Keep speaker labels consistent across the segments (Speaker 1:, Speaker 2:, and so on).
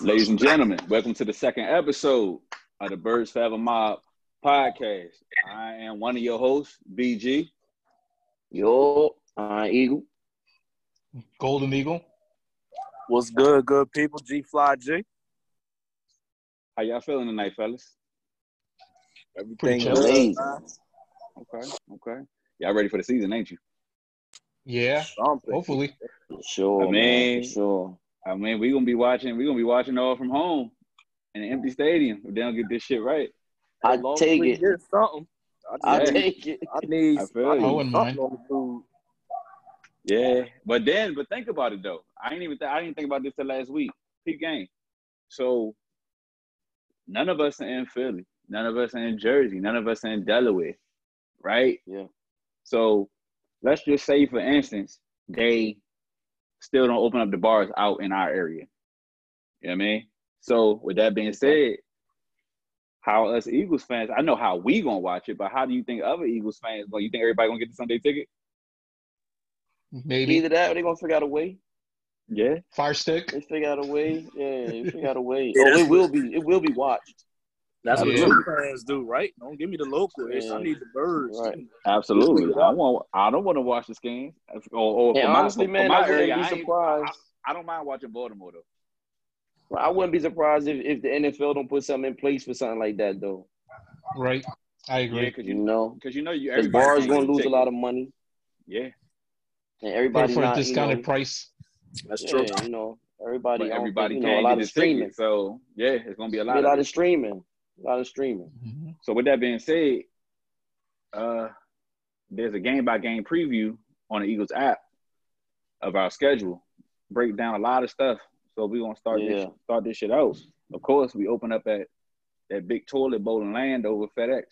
Speaker 1: Ladies and gentlemen, welcome to the second episode of the Birds Fathom Mob podcast. I am one of your hosts, BG.
Speaker 2: Yo, uh, Eagle.
Speaker 3: Golden Eagle.
Speaker 4: What's good, good people? G Fly G.
Speaker 1: How y'all feeling tonight, fellas?
Speaker 4: Everything
Speaker 3: chill.
Speaker 4: good.
Speaker 1: Okay, okay. Y'all ready for the season, ain't you?
Speaker 3: Yeah,
Speaker 4: Something.
Speaker 3: hopefully.
Speaker 2: For Sure,
Speaker 1: I
Speaker 2: man.
Speaker 1: mean-
Speaker 2: for Sure.
Speaker 1: I mean, we're gonna be watching, we're gonna be watching all from home in an empty stadium if they don't get this shit right.
Speaker 2: I
Speaker 4: Long as
Speaker 2: take
Speaker 4: we
Speaker 2: it.
Speaker 4: Get something. I,
Speaker 2: I
Speaker 1: Yeah.
Speaker 4: just-
Speaker 2: take it.
Speaker 4: I need.
Speaker 1: I feel
Speaker 4: I
Speaker 1: you.
Speaker 4: need
Speaker 3: I wouldn't
Speaker 4: something
Speaker 3: mind.
Speaker 4: on the food.
Speaker 1: Yeah, but then, but think about it though. I didn't even, th- I didn't think about this till last week. Peak game. So, none of us are in Philly. None of us are in Jersey. None of us are in Delaware, right?
Speaker 2: Yeah.
Speaker 1: So, let's just say, for instance, they still don't open up the bars out in our area. You know what I mean? So, with that being said, how us Eagles fans? I know how we gonna watch it, but how do you think other Eagles fans? Well, you think everybody gonna get the Sunday ticket?
Speaker 3: Maybe
Speaker 2: Either that or they're going to figure out a way.
Speaker 1: Yeah.
Speaker 3: Fire Stick.
Speaker 2: They figure out a way. Yeah, they figure out a way. oh,
Speaker 4: Yeah, that's-
Speaker 2: it will be. It will be watched.
Speaker 4: That's what
Speaker 3: Yeah.
Speaker 4: true fans do, right? Don't give me the local. ish. I
Speaker 2: Yeah.
Speaker 4: need the birds.
Speaker 2: Right.
Speaker 1: Absolutely.
Speaker 4: Just
Speaker 1: I want. I don't want to watch this game. If- Or, or
Speaker 2: And
Speaker 1: for my,
Speaker 2: honestly,
Speaker 1: for
Speaker 2: man,
Speaker 1: my
Speaker 2: I
Speaker 1: area,
Speaker 2: wouldn't
Speaker 1: I,
Speaker 2: be
Speaker 1: ain't-
Speaker 2: surprised.
Speaker 1: I don't mind watching Baltimore though.
Speaker 2: I wouldn't be surprised if, if the NFL don't put something in place for something like that, though.
Speaker 3: Right. I
Speaker 1: Yeah,
Speaker 3: agree.
Speaker 1: because
Speaker 2: You
Speaker 1: you
Speaker 2: know,
Speaker 1: because you know you
Speaker 2: because
Speaker 1: everybody
Speaker 2: bars
Speaker 1: can't
Speaker 2: going
Speaker 1: get
Speaker 2: to lose a
Speaker 1: tickets.
Speaker 2: lot of money,
Speaker 1: Yeah,
Speaker 2: and
Speaker 3: Pay
Speaker 2: everybody
Speaker 3: for a
Speaker 2: not. You
Speaker 3: discounted
Speaker 2: know,
Speaker 3: price.
Speaker 4: That's true.
Speaker 2: yeah, you know,
Speaker 1: but
Speaker 2: everybody. I don't
Speaker 1: everybody
Speaker 2: think, you know,
Speaker 1: can't
Speaker 2: a lot
Speaker 1: get
Speaker 2: of
Speaker 1: the
Speaker 2: streaming.
Speaker 1: tickets. So yeah, it's gonna be a
Speaker 2: Be
Speaker 1: lot.
Speaker 2: A
Speaker 1: Of
Speaker 2: lot
Speaker 1: it.
Speaker 2: of streaming. A lot of streaming.
Speaker 3: Mhm.
Speaker 1: So with that being said, uh, there's a game by game preview on the Eagles app of our schedule. Break down a lot of stuff. So we're gonna start this
Speaker 2: Yeah.
Speaker 1: start this shit out. Of course, we open up at that big toilet bowl in land over FedEx.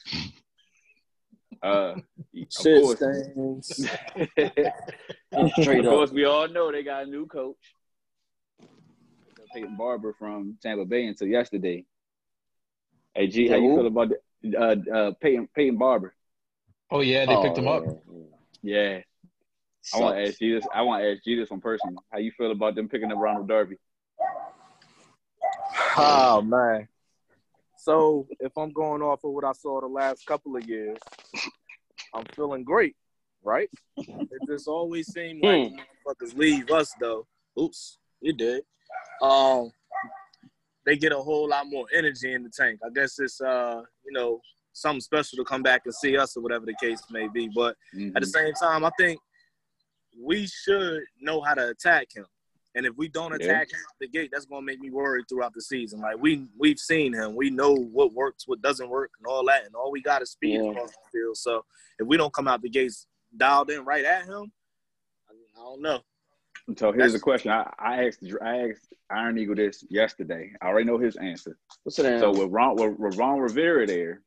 Speaker 1: Uh,
Speaker 4: Shit
Speaker 1: of course.
Speaker 4: stains.
Speaker 2: Straight
Speaker 1: of
Speaker 2: up.
Speaker 1: course, we all know they got a new coach. Peyton Barber from Tampa Bay until yesterday. Hey G, how you
Speaker 2: Who?
Speaker 1: feel about the, uh, uh, Peyton Peyton Barber?
Speaker 3: Oh, yeah, they picked him up.
Speaker 1: Yeah, I want to ask you this. I want to ask you this one person. How you feel about them picking up Ronald Darby?
Speaker 4: Oh man. So if I'm going off of what I saw the last couple of years, I'm feeling great, right? It just always seemed like motherfuckers leave us though. Oops, you did. Um, they get a whole lot more energy in the tank. I guess it's uh, you know, something special to come back and see us or whatever the case may be. But at the same time, I think we should know how to attack him. And if we don't
Speaker 1: Yeah.
Speaker 4: attack him out the gate, that's gonna make me worried throughout the season. Like we we've seen him, we know what works, what doesn't work, and all that. And all we got is speed
Speaker 2: Yeah.
Speaker 4: across the field. So if we don't come out the gates dialed in right at him, I, mean, I don't know.
Speaker 1: so here's the question. I, I asked I asked Iron Eagle this yesterday. I already know his answer.
Speaker 2: What's the name?
Speaker 1: So with Ron with, with Ron Rivera there,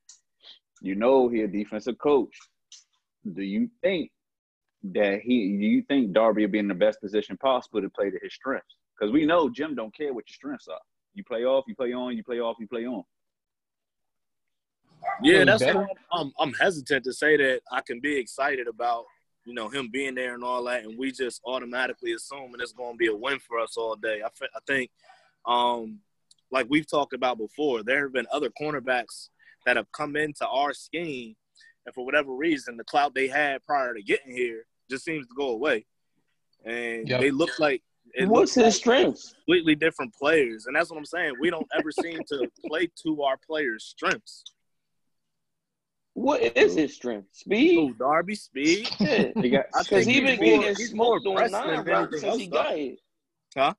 Speaker 1: you know he a defensive coach. Do you think that he? Do you think Darby will be in the best position possible to play to his strengths? Because we know Jim don't care what your strengths are. You play off, you play on, you play off, you play on.
Speaker 4: Yeah,
Speaker 3: Feeling
Speaker 4: that's
Speaker 3: better?
Speaker 4: why I'm, I'm hesitant to say that I can be excited about, you know, him being there and all that, and we just automatically assume that it's going to be a win for us all day. I, fe- I think, um, like we've talked about before, there have been other cornerbacks that have come into our scheme, and for whatever reason, the clout they had prior to getting here just seems to go away, and
Speaker 3: Yep.
Speaker 4: they look like it
Speaker 2: What's
Speaker 4: looks
Speaker 2: his
Speaker 4: like
Speaker 2: strength?
Speaker 4: completely different players, and that's what I'm saying. We don't ever seem to play to our players' strengths.
Speaker 2: What is his strength?
Speaker 4: Who,
Speaker 2: Speed?
Speaker 4: Darby Speed?
Speaker 2: Yeah.
Speaker 1: He got
Speaker 4: I
Speaker 2: Because
Speaker 4: think
Speaker 2: he
Speaker 4: he's
Speaker 2: been
Speaker 4: more-
Speaker 2: getting
Speaker 4: he's more
Speaker 2: smoked on
Speaker 4: aggressive
Speaker 2: nine
Speaker 4: than
Speaker 2: routes
Speaker 4: anything
Speaker 2: since
Speaker 4: else,
Speaker 2: he
Speaker 4: though.
Speaker 2: got here.
Speaker 4: Huh?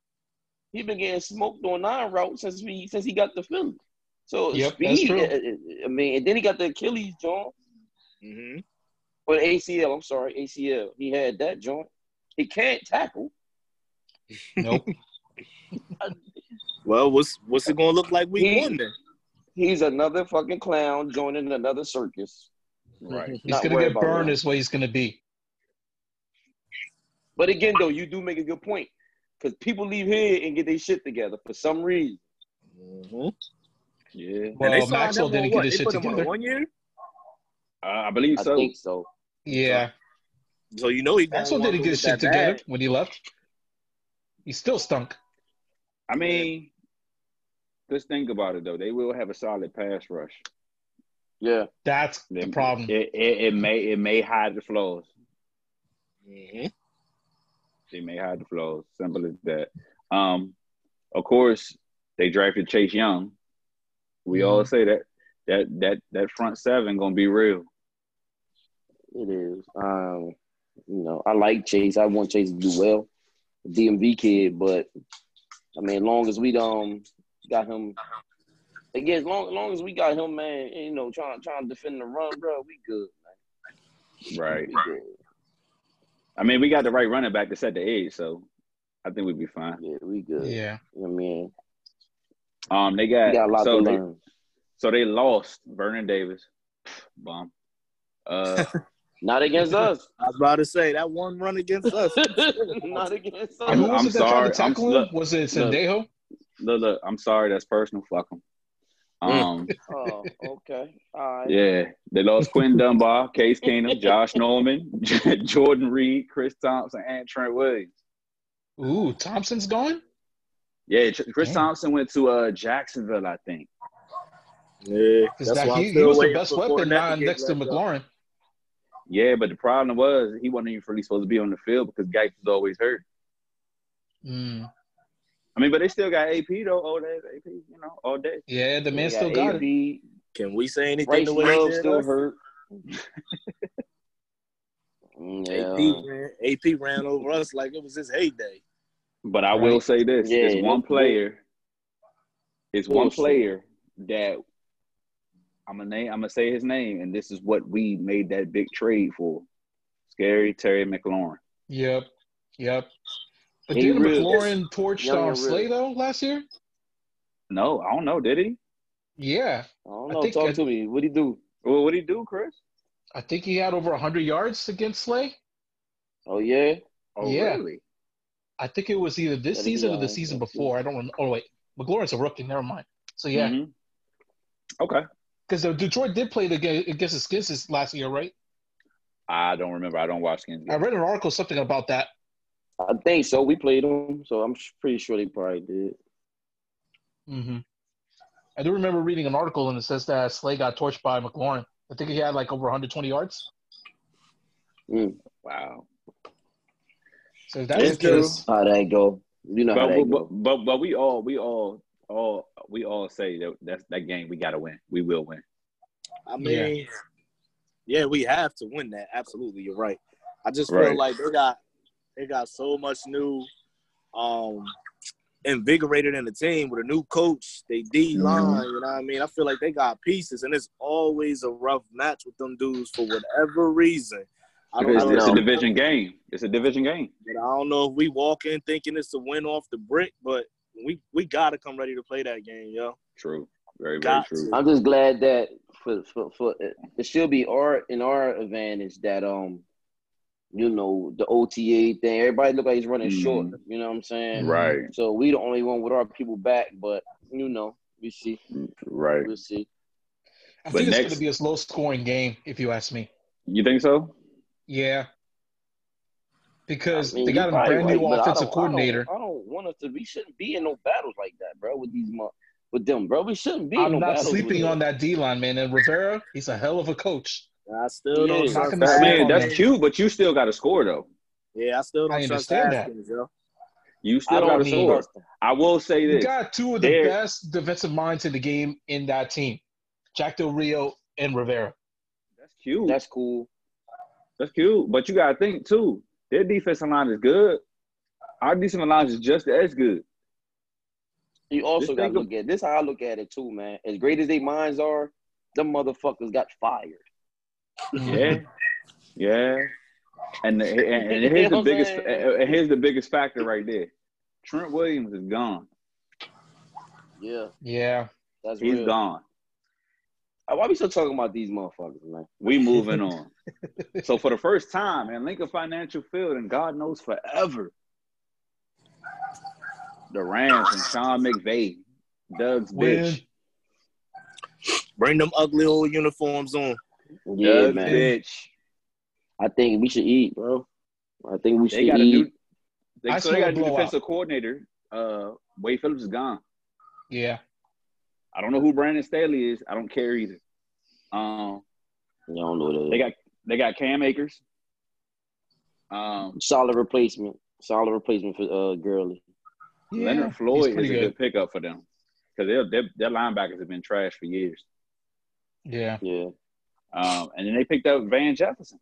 Speaker 2: He been getting smoked on nine routes since we since he got the Philly. So
Speaker 3: Yep, that's
Speaker 2: speed.
Speaker 3: true.
Speaker 2: uh, uh, I mean, and then he got the Achilles joint
Speaker 4: Mm-hmm.
Speaker 2: or ACL. I'm sorry, ACL. He had that joint. He can't tackle.
Speaker 3: Nope.
Speaker 4: Well, what's what's it gonna look like week
Speaker 2: He-
Speaker 4: one then?
Speaker 2: He's another fucking clown joining another circus.
Speaker 1: right.
Speaker 3: He's
Speaker 2: Not
Speaker 3: going to
Speaker 2: worried
Speaker 3: get
Speaker 2: about
Speaker 3: burned,
Speaker 2: that.
Speaker 3: is what he's going to be.
Speaker 2: But again, though, you do make a good point because people leave here and get their shit together for some reason.
Speaker 4: Mm-hmm.
Speaker 1: Yeah,
Speaker 3: Well, Maxwell didn't get his shit together.
Speaker 4: One year,
Speaker 1: uh, I believe
Speaker 2: I
Speaker 1: so.
Speaker 2: think so.
Speaker 3: Yeah.
Speaker 4: so you know he
Speaker 3: Maxwell didn't get his shit together when he left. He still stunk.
Speaker 1: I mean, Just think about it though. They will have a solid pass rush.
Speaker 2: Yeah.
Speaker 3: That's the
Speaker 1: They-
Speaker 3: problem.
Speaker 1: It, it, it may it may hide the flaws.
Speaker 4: Mhm.
Speaker 1: They may hide the flaws. Simple as that. Um, of course, they drafted Chase Young. We
Speaker 3: Mm-hmm.
Speaker 1: all say that that that that front seven gonna be real.
Speaker 2: It is. Um, you know, I like Chase. I want Chase to do well. DMV kid, but I mean, long as we um got him again, as long, as long as we got him, man, you know, trying trying to defend the run, bro, we good.
Speaker 1: Right.
Speaker 2: We good.
Speaker 1: I mean, we got the right running back to set the edge, so I think we'd be fine.
Speaker 2: Yeah, we good.
Speaker 3: Yeah.
Speaker 2: You know what I mean,
Speaker 1: Um, they
Speaker 2: we
Speaker 1: got,
Speaker 2: got a lot
Speaker 1: so
Speaker 2: to
Speaker 1: they,
Speaker 2: learn.
Speaker 1: so they lost Vernon Davis. Bum. Uh,
Speaker 2: Not against us.
Speaker 4: I was about to say that one run against us.
Speaker 2: Not against us.
Speaker 1: I'm-
Speaker 3: Who was
Speaker 1: I'm
Speaker 3: it that tried
Speaker 1: sorry.
Speaker 3: to
Speaker 1: I'm-
Speaker 3: tackle him?
Speaker 1: look,
Speaker 3: Was it
Speaker 1: look.
Speaker 3: Sendejo?
Speaker 1: look, look, I'm sorry, that's personal. Fuck 'em. Um,
Speaker 3: Mm.
Speaker 2: Oh, okay. All right.
Speaker 1: yeah, they lost Quentin Dunbar, Case Keenum, Josh Norman, Jordan Reed, Chris Thompson, and Trent Williams.
Speaker 3: Ooh, Thompson's gone?
Speaker 1: Yeah, Tr- Chris
Speaker 3: Damn.
Speaker 1: Thompson went to uh, Jacksonville, I think.
Speaker 4: yeah,
Speaker 3: Because that,
Speaker 4: I'm
Speaker 3: he, he
Speaker 4: still
Speaker 3: was the
Speaker 4: waiting
Speaker 3: best
Speaker 4: for
Speaker 3: weapon
Speaker 4: Fournette
Speaker 3: line
Speaker 4: get
Speaker 3: next to
Speaker 4: wrapped up.
Speaker 3: McLaurin.
Speaker 1: Yeah, but the problem was he wasn't even really supposed to be on the field because Geis was always hurt.
Speaker 3: Mm.
Speaker 1: I mean, but they still got AP though. All day, AP, you know, all day.
Speaker 3: Yeah, the man
Speaker 2: We
Speaker 3: still got it.
Speaker 2: AB.
Speaker 4: Can we say anything
Speaker 2: Bryce
Speaker 4: the way
Speaker 2: Love
Speaker 4: they did
Speaker 2: still
Speaker 4: us?
Speaker 2: hurt.
Speaker 4: AP,
Speaker 2: Mm, yeah.
Speaker 4: ran, AP ran over us like it was his heyday.
Speaker 1: But I will
Speaker 3: Right.
Speaker 1: say this:
Speaker 2: Yeah,
Speaker 1: it's one
Speaker 2: that's
Speaker 1: player. It's one
Speaker 2: Bullshit.
Speaker 1: player that I'm gonna name. I'm gonna say his name, and this is what we made that big trade for. Scary Terry McLaurin.
Speaker 3: Yep. Yep. But
Speaker 2: He
Speaker 3: didn't
Speaker 2: really-
Speaker 3: McLaurin torched
Speaker 2: Young
Speaker 3: our
Speaker 2: and really-
Speaker 3: Slay though last year?
Speaker 1: No, I don't know. Did he?
Speaker 3: Yeah.
Speaker 2: I don't
Speaker 3: I
Speaker 2: know.
Speaker 3: think
Speaker 2: Talk
Speaker 3: I-
Speaker 2: to me. What do you do?
Speaker 1: Well, what did he do, Chris?
Speaker 3: I think he had over 100 yards against Slay.
Speaker 2: Oh yeah.
Speaker 1: Oh,
Speaker 3: Yeah.
Speaker 1: really?
Speaker 3: I think it was either this
Speaker 2: Yeah,
Speaker 3: season or
Speaker 2: yeah,
Speaker 3: the season
Speaker 2: that's it. Mm-hmm.
Speaker 3: before. I don't remember. Oh, wait. McLaurin's a rookie. Never mind. So, yeah.
Speaker 1: Mhm. Mm-hmm. Okay.
Speaker 3: Because Detroit did play the game against the Skins last year, right?
Speaker 1: I don't remember. I don't watch games.
Speaker 3: I read an article something about that.
Speaker 2: I think so. We played them, so I'm sh- pretty sure they probably did.
Speaker 3: Mm-hmm. I do remember reading an article and it says that Slay got torched by McLaurin. I think he had like over 120 yards.
Speaker 1: Wow.
Speaker 3: So if that's
Speaker 1: It's
Speaker 3: the case,
Speaker 1: true.
Speaker 2: How that go? You know how
Speaker 1: But,
Speaker 2: that
Speaker 1: but,
Speaker 2: go.
Speaker 1: but but but we all we all all we all say that that's that game we gotta win. We will win.
Speaker 4: I
Speaker 3: Yeah.
Speaker 4: mean, yeah. we have to win that. Absolutely, you're right. I just feel
Speaker 1: Right.
Speaker 4: like they got they got so much new, um, invigorated in the team with a new coach. They D line, you know what I mean. I feel like they got pieces, and it's always a rough match with them dudes for whatever reason. I don't, I
Speaker 1: Because
Speaker 4: don't
Speaker 1: it's
Speaker 4: know.
Speaker 1: a division game. It's a division game.
Speaker 4: But I don't know if we walk in thinking it's a win off the brick, but we we gotta come ready to play that game, yo.
Speaker 1: True. Very, very
Speaker 4: Got
Speaker 1: true.
Speaker 4: to.
Speaker 2: I'm just glad that for for, for it should be our in our advantage that um, you know the OTA thing. Everybody look like he's running
Speaker 1: Mhm.
Speaker 2: short. You know what I'm saying?
Speaker 1: Right.
Speaker 2: So we the only one with our people back, but you know we see
Speaker 1: Right.
Speaker 2: we'll see.
Speaker 1: But
Speaker 3: I think it's
Speaker 1: next-
Speaker 3: going to be a slow scoring game, if you ask me.
Speaker 1: You think so?
Speaker 3: Yeah. Because
Speaker 2: I mean,
Speaker 3: they got
Speaker 2: you
Speaker 3: a
Speaker 2: probably
Speaker 3: brand new
Speaker 2: right, but I
Speaker 3: offensive
Speaker 2: don't- I don't-
Speaker 3: coordinator.
Speaker 2: I don't, want us to. We shouldn't be in no battles like that, bro. With these mo- with them, bro. We shouldn't be in
Speaker 3: I'm
Speaker 2: no
Speaker 3: not
Speaker 2: battles. with
Speaker 3: sleeping
Speaker 2: them.
Speaker 3: on that D line, man. And Rivera, he's a hell of a coach.
Speaker 4: And I still
Speaker 2: Yeah.
Speaker 4: don't
Speaker 2: Not
Speaker 4: trust
Speaker 3: gonna
Speaker 1: I mean,
Speaker 3: on
Speaker 1: that's
Speaker 3: that.
Speaker 4: Haskins.
Speaker 1: cute, but you still got to score though.
Speaker 4: Yeah, I still don't
Speaker 3: I
Speaker 4: trust
Speaker 3: understand that.
Speaker 4: Haskins, yo.
Speaker 1: You
Speaker 2: I
Speaker 1: still got
Speaker 2: don't
Speaker 1: to
Speaker 3: mean-
Speaker 1: score.
Speaker 2: trust them.
Speaker 1: I will say
Speaker 3: You
Speaker 1: this.
Speaker 3: got two of the
Speaker 1: There-
Speaker 3: best defensive minds in the game in that team Jack Del Rio and Rivera.
Speaker 1: That's cute. That's,
Speaker 2: That's cool.
Speaker 1: cute. But you got to think too. Their defensive line is good. Our defensive line is just as good.
Speaker 2: You also
Speaker 1: Just
Speaker 2: got to
Speaker 1: think of-
Speaker 2: look at this. How I look at it too, man. As great as they minds are, them motherfuckers got fired.
Speaker 3: Mm-hmm.
Speaker 1: Yeah. yeah. And, the, and, and
Speaker 2: You
Speaker 1: here's
Speaker 2: know
Speaker 1: the
Speaker 2: what
Speaker 1: biggest
Speaker 2: I'm saying?
Speaker 1: and here's the biggest factor right there. Trent Williams is gone.
Speaker 2: Yeah,
Speaker 3: Yeah.
Speaker 2: that's
Speaker 1: He's
Speaker 2: real.
Speaker 1: gone.
Speaker 2: Why we still talking about these motherfuckers, man?
Speaker 1: We moving on. so for the first time in Lincoln Financial Field, and God knows forever, the Rams and Sean McVay, Doug's
Speaker 3: Win.
Speaker 1: bitch,
Speaker 4: Bring them ugly old uniforms on.
Speaker 2: Yeah,
Speaker 1: Doug's
Speaker 2: man.
Speaker 1: bitch.
Speaker 2: I think we should eat, bro. I think we should
Speaker 1: They got a
Speaker 2: eat.
Speaker 1: new. They,
Speaker 3: I
Speaker 1: so they
Speaker 3: smell
Speaker 1: got a new
Speaker 3: blowout.
Speaker 1: defensive coordinator. Uh, Wade Phillips is gone.
Speaker 3: Yeah.
Speaker 1: I don't know who Brandon Staley is. I don't care either. Um,
Speaker 2: You don't know that.
Speaker 1: they got they got Cam Akers. Um,
Speaker 2: solid replacement. Solid replacement for uh Gurley.
Speaker 3: Yeah,
Speaker 1: Leonard Floyd is a
Speaker 3: pretty
Speaker 1: good,
Speaker 3: good.
Speaker 1: pickup for them because their their their linebackers have been trash for years.
Speaker 3: yeah.
Speaker 2: Yeah.
Speaker 1: Um, and then they picked up Van Jefferson.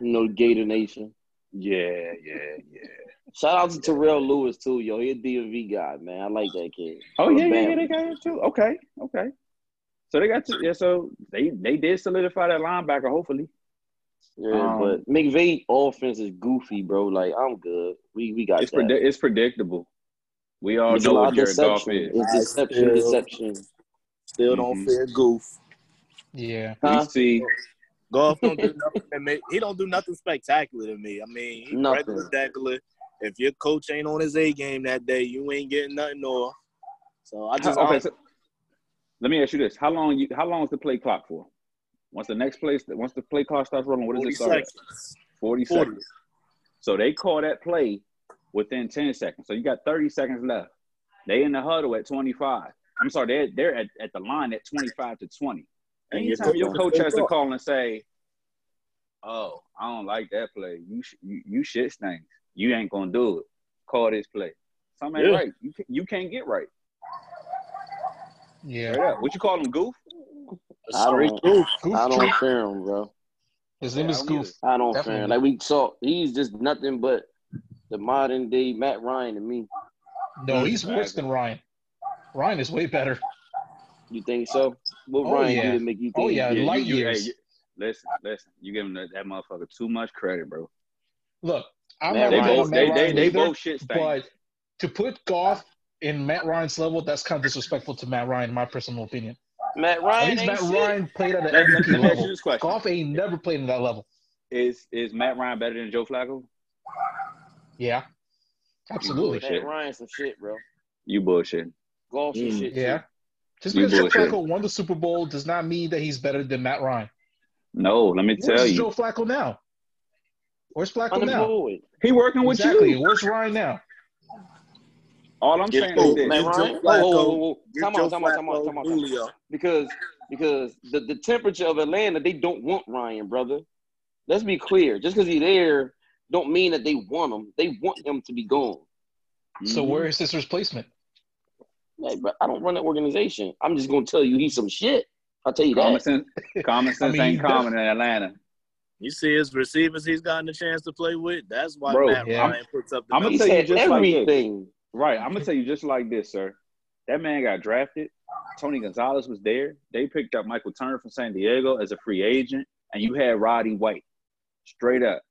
Speaker 2: You know, Gator Nation.
Speaker 1: Yeah, yeah, yeah.
Speaker 2: Shout out to Terrell Lewis too, yo. He a DMV guy, man. I like that kid.
Speaker 1: Oh yeah, yeah,
Speaker 2: Alabama.
Speaker 1: yeah, they got it too. Okay, okay. So they got to, yeah. So they they did solidify that linebacker. Hopefully,
Speaker 2: Yeah,
Speaker 1: Um,
Speaker 2: but McVay offense is goofy, bro. Like I'm good. We we got
Speaker 1: it's
Speaker 2: that.
Speaker 1: predi- it's predictable. We all
Speaker 2: It's a
Speaker 1: know
Speaker 2: lot
Speaker 1: what
Speaker 2: of
Speaker 1: Oh, Jared Goff
Speaker 2: deception.
Speaker 1: is.
Speaker 2: It's deception,
Speaker 4: Yeah.
Speaker 2: deception.
Speaker 4: Still
Speaker 1: Mhm.
Speaker 4: don't fear goof.
Speaker 3: Yeah.
Speaker 2: Huh?
Speaker 1: We see
Speaker 4: Goff don't do nothing. to me. He don't do nothing spectacular to me. I mean, he
Speaker 2: Nothing.
Speaker 4: regular, regular. If your coach ain't on his A game that day, you ain't getting nothing off. So I just
Speaker 1: How-
Speaker 4: I
Speaker 1: okay.
Speaker 4: don't-
Speaker 1: So let me ask you this: How long? You, how long is the play clock for? Once the next play, once the play clock starts rolling, what does
Speaker 4: 40
Speaker 1: it start? at?
Speaker 4: seconds.
Speaker 1: 40,
Speaker 4: 40.
Speaker 1: seconds. So they call that play within ten seconds. So you got thirty seconds left. They in the huddle at twenty five. I'm sorry, they're they're at, at the line at twenty five to twenty.
Speaker 4: And your
Speaker 1: Anytime your
Speaker 4: coach-
Speaker 1: coach has to call and say, "Oh, I don't like that play. You sh- you, you shit stinks. You ain't gonna do it. Call this play. Something ain't
Speaker 4: Yeah.
Speaker 1: right. You can, you can't get right.
Speaker 3: Yeah.
Speaker 1: Straight up. What you call him, goof?
Speaker 3: Uh,
Speaker 2: I don't-
Speaker 4: Goof.
Speaker 3: Goof
Speaker 2: I
Speaker 3: Troop.
Speaker 2: don't fear him, bro.
Speaker 3: His name
Speaker 1: Yeah, I
Speaker 3: is
Speaker 1: don't
Speaker 3: Goof.
Speaker 2: I don't
Speaker 3: Definitely.
Speaker 2: fear him. Like we saw, he's just nothing but the modern day Matt Ryan to me.
Speaker 3: No,
Speaker 1: Mm,
Speaker 3: he's worse
Speaker 1: exactly.
Speaker 3: than Ryan. Ryan is way better.
Speaker 2: You think so? What
Speaker 3: Oh,
Speaker 2: Ryan
Speaker 3: yeah.
Speaker 2: do to make you think?
Speaker 3: Oh, yeah.
Speaker 1: you-
Speaker 3: light
Speaker 1: you-
Speaker 3: years.
Speaker 1: listen, listen. You giving that, that motherfucker too much credit, bro.
Speaker 3: Look, I'm
Speaker 2: Matt
Speaker 3: not
Speaker 1: They
Speaker 3: big on
Speaker 1: both
Speaker 3: Matt
Speaker 1: they they,
Speaker 3: Ryan
Speaker 1: they
Speaker 3: either,
Speaker 1: both shit stinks.
Speaker 3: but to put Goff in Matt Ryan's level, that's kind of disrespectful to Matt Ryan, in my personal opinion.
Speaker 2: Matt
Speaker 3: At
Speaker 2: Ryan
Speaker 3: least Matt
Speaker 2: ain't shit.
Speaker 3: Ryan played at an
Speaker 1: Let, let, let me ask
Speaker 3: MVP
Speaker 1: you
Speaker 3: level.
Speaker 1: this question:
Speaker 3: Goff ain't never played at that level.
Speaker 1: Is is Matt Ryan better than Joe Flacco?
Speaker 3: Yeah, absolutely.
Speaker 1: Bullshit.
Speaker 2: Matt Ryan some shit, bro.
Speaker 1: You bullshit.
Speaker 2: Golf some
Speaker 4: Mm.
Speaker 2: shit.
Speaker 3: Yeah. Just
Speaker 1: You
Speaker 3: because Joe
Speaker 1: bullshit.
Speaker 3: Flacco won the Super Bowl does not mean that he's better than Matt Ryan.
Speaker 1: No, let me
Speaker 3: Where's
Speaker 1: tell you.
Speaker 3: Joe Flacco now? Where's
Speaker 2: too.
Speaker 3: Flacco now?
Speaker 2: Unemployed.
Speaker 1: He working with
Speaker 3: Exactly.
Speaker 1: you.
Speaker 3: Where's Ryan now?
Speaker 1: All I'm
Speaker 4: Get
Speaker 1: saying
Speaker 4: fooled,
Speaker 1: is this.
Speaker 2: Matt
Speaker 4: man. Give Joe
Speaker 2: Ryan.
Speaker 4: Flacco-
Speaker 2: Whoa, whoa, whoa, whoa.
Speaker 4: Give
Speaker 2: Come
Speaker 4: Joe
Speaker 2: on, come on, come on,
Speaker 4: Flacco
Speaker 2: come on, come on.
Speaker 4: Julio.
Speaker 2: Because because the, the temperature of Atlanta, they don't want Ryan, brother. Let's be clear. Just because he's there, don't mean that they want him. They want him to be gone.
Speaker 3: So
Speaker 1: Mhm.
Speaker 3: where is his replacement?
Speaker 2: Like, bro, I don't run an organization. I'm just gonna tell you he's some shit. I'll tell you
Speaker 1: Common
Speaker 2: that.
Speaker 1: sense, common sense
Speaker 3: mean,
Speaker 1: ain't
Speaker 3: he def-
Speaker 1: common in Atlanta.
Speaker 4: You see his receivers he's gotten a chance to play with. That's why
Speaker 1: Bro,
Speaker 4: Matt
Speaker 3: yeah.
Speaker 4: Ryan puts up the
Speaker 1: I'ma
Speaker 2: He
Speaker 4: numbers.
Speaker 1: tell you
Speaker 2: said
Speaker 1: just like this.
Speaker 2: everything.
Speaker 1: Right. I'm gonna tell you just like this, sir. That man got drafted. Tony Gonzalez was there. They picked up Michael Turner from San Diego as a free agent, and you had Roddy White, straight up.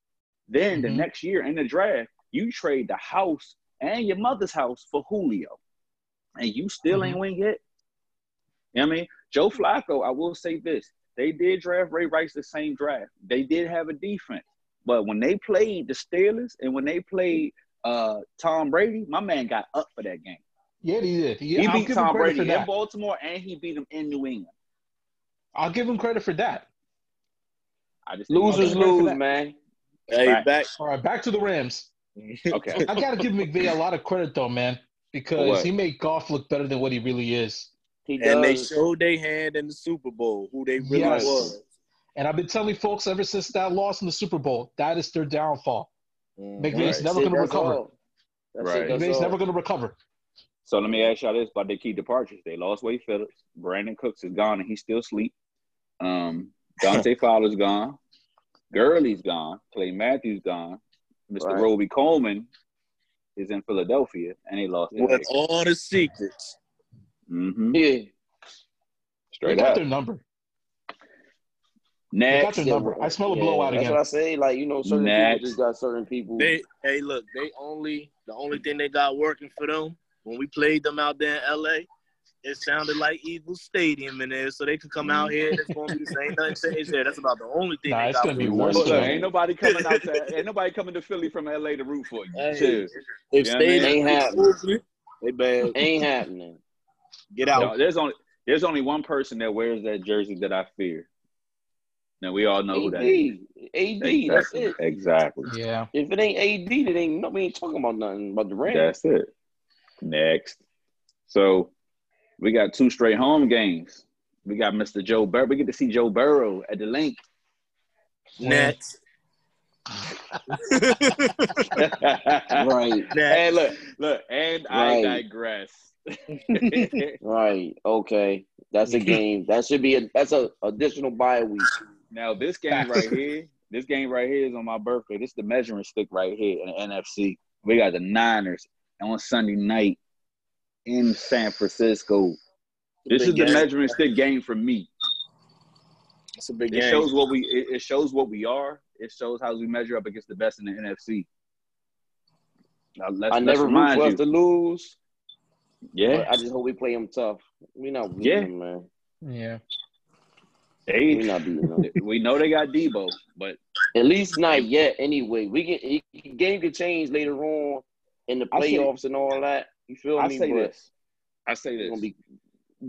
Speaker 1: Then the
Speaker 3: Mhm.
Speaker 1: next year in the draft, you trade the house and your mother's house for Julio, and you still ain't
Speaker 3: Mm-hmm.
Speaker 1: win yet. You know what I mean, Joe Flacco. I will say this: they did draft Ray Rice the same draft. They did have a defense, but when they played the Steelers and when they played uh, Tom Brady, my man got up for that game.
Speaker 3: Yeah, he did. Yeah,
Speaker 1: He
Speaker 3: I'll
Speaker 1: beat
Speaker 3: give him
Speaker 1: Tom Brady
Speaker 3: credit for
Speaker 1: in
Speaker 3: that.
Speaker 1: Baltimore, and he beat him in New England.
Speaker 3: I'll give him credit for that.
Speaker 1: I just think-
Speaker 2: Losers
Speaker 3: Okay, ready for
Speaker 2: lose,
Speaker 3: that.
Speaker 2: man.
Speaker 4: Hey,
Speaker 1: Right.
Speaker 4: back.
Speaker 3: All right, back to the Rams.
Speaker 1: Okay,
Speaker 3: I gotta give McVay a lot of credit though, man, because
Speaker 1: What?
Speaker 3: he made golf look better than what he really is.
Speaker 2: He does.
Speaker 4: and they showed their hand in the Super Bowl, who they really
Speaker 3: Yes.
Speaker 4: was.
Speaker 3: And I've been telling folks ever since that loss in the Super Bowl, that is their downfall. McVay's
Speaker 1: Right.
Speaker 3: never
Speaker 2: That's it,
Speaker 3: going to
Speaker 2: that's
Speaker 3: recover.
Speaker 2: all. That's
Speaker 1: Right.
Speaker 2: it, that's
Speaker 3: McVay's
Speaker 2: all.
Speaker 3: never going to recover.
Speaker 1: so let me ask y'all this about their key departures. They lost Wade Phillips. Brandon Cooks is gone, and he's still asleep. Um, Dante Fowler's gone. Gurley's gone. Clay Matthews gone. Mr.
Speaker 2: Right.
Speaker 1: Roby Coleman is in Philadelphia, and they lost. their
Speaker 4: With
Speaker 1: pick.
Speaker 4: all the secrets.
Speaker 1: Mhm.
Speaker 2: Yeah.
Speaker 3: They
Speaker 1: Straight
Speaker 3: got
Speaker 1: up.
Speaker 3: their number. They got
Speaker 1: Next,
Speaker 3: their number. I smell a
Speaker 2: Yeah,
Speaker 3: blowout
Speaker 2: that's
Speaker 3: again.
Speaker 2: what I say. Like, you know, certain
Speaker 1: Next.
Speaker 2: people just got certain people.
Speaker 4: They hey look, they only the only thing they got working for them when we played them out there in LA, it sounded like Eagle Stadium in there, so they could come out here. It's gonna be the same nothing changed there. That's about the only thing
Speaker 3: Nah,
Speaker 4: they
Speaker 3: it's
Speaker 4: got.
Speaker 3: gonna be
Speaker 4: for them.
Speaker 2: worse
Speaker 1: Look,
Speaker 2: than
Speaker 1: look, ain't nobody coming out to ain't nobody coming to Philly from LA to root for you.
Speaker 4: Hey.
Speaker 1: Chill.
Speaker 4: If
Speaker 1: Yeah,
Speaker 4: stadium
Speaker 2: man. Ain't happening.
Speaker 4: They bad.
Speaker 2: ain't happening.
Speaker 4: Get out.
Speaker 1: No, there's only there's only one person that wears that jersey that I fear. Now we all know who that is.
Speaker 2: AD. AD. That's it.
Speaker 1: Exactly.
Speaker 3: Yeah.
Speaker 2: If it ain't AD, then ain't no, we ain't talking about nothing about the Rams.
Speaker 1: That's it. Next. So We got two straight home games. We got Mr. Joe Burrow. We get to see Joe Burrow at the link.
Speaker 4: Nets.
Speaker 2: Right,
Speaker 4: Nets.
Speaker 1: and look, look, and I
Speaker 2: Right.
Speaker 1: digress.
Speaker 2: right. Okay. That's a game. That should be a that's a additional bye week.
Speaker 1: now this game
Speaker 3: Facts.
Speaker 1: right here, this game right here is on my birthday. This is the measuring stick right here in the NFC. We got the Niners on Sunday night in San Francisco. This
Speaker 4: Big
Speaker 1: is the
Speaker 4: game.
Speaker 1: measuring stick game for me.
Speaker 4: It's a big
Speaker 1: It
Speaker 4: game.
Speaker 1: shows what we it, it shows what we are. It shows how we measure up against the best in the NFC. Now let's,
Speaker 2: I
Speaker 1: let's
Speaker 2: never root
Speaker 1: remind
Speaker 2: for us
Speaker 1: you.
Speaker 2: to lose.
Speaker 1: yeah,
Speaker 2: But I just hope we play them tough. We not beating
Speaker 1: Yeah.
Speaker 2: them, man.
Speaker 3: Yeah.
Speaker 1: they-
Speaker 2: We not beating them.
Speaker 1: we know they got Debo, but
Speaker 2: At least not yet. Anyway, we can it- game could change later on in the
Speaker 1: I say-
Speaker 2: playoffs and all that. You feel
Speaker 1: I
Speaker 2: me?
Speaker 1: say
Speaker 2: but
Speaker 1: this. I say
Speaker 2: we're
Speaker 1: this.
Speaker 2: gonna be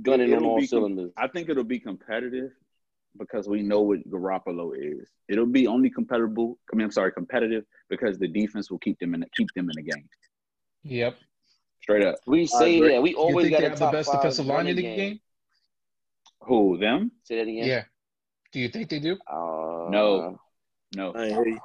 Speaker 2: gunning on
Speaker 1: It'll
Speaker 2: all
Speaker 1: be com-
Speaker 2: cylinders.
Speaker 1: I think it'll be competitive because we know what Garoppolo is. It'll be only compatible. I mean, I'm sorry, competitive because the defense will keep them in keep them in the game.
Speaker 3: Yep.
Speaker 1: Straight up.
Speaker 2: We say
Speaker 4: agree.
Speaker 2: that. We
Speaker 3: You
Speaker 2: always
Speaker 3: think
Speaker 2: got
Speaker 3: they
Speaker 2: a
Speaker 3: have the
Speaker 2: top
Speaker 3: best
Speaker 2: five
Speaker 3: defensive line in the
Speaker 2: running
Speaker 3: game?
Speaker 1: Who them?
Speaker 2: Say that
Speaker 3: Yeah.
Speaker 2: again.
Speaker 3: Do you think they do?
Speaker 2: Uh,
Speaker 1: No. No.
Speaker 4: I ain't hear you.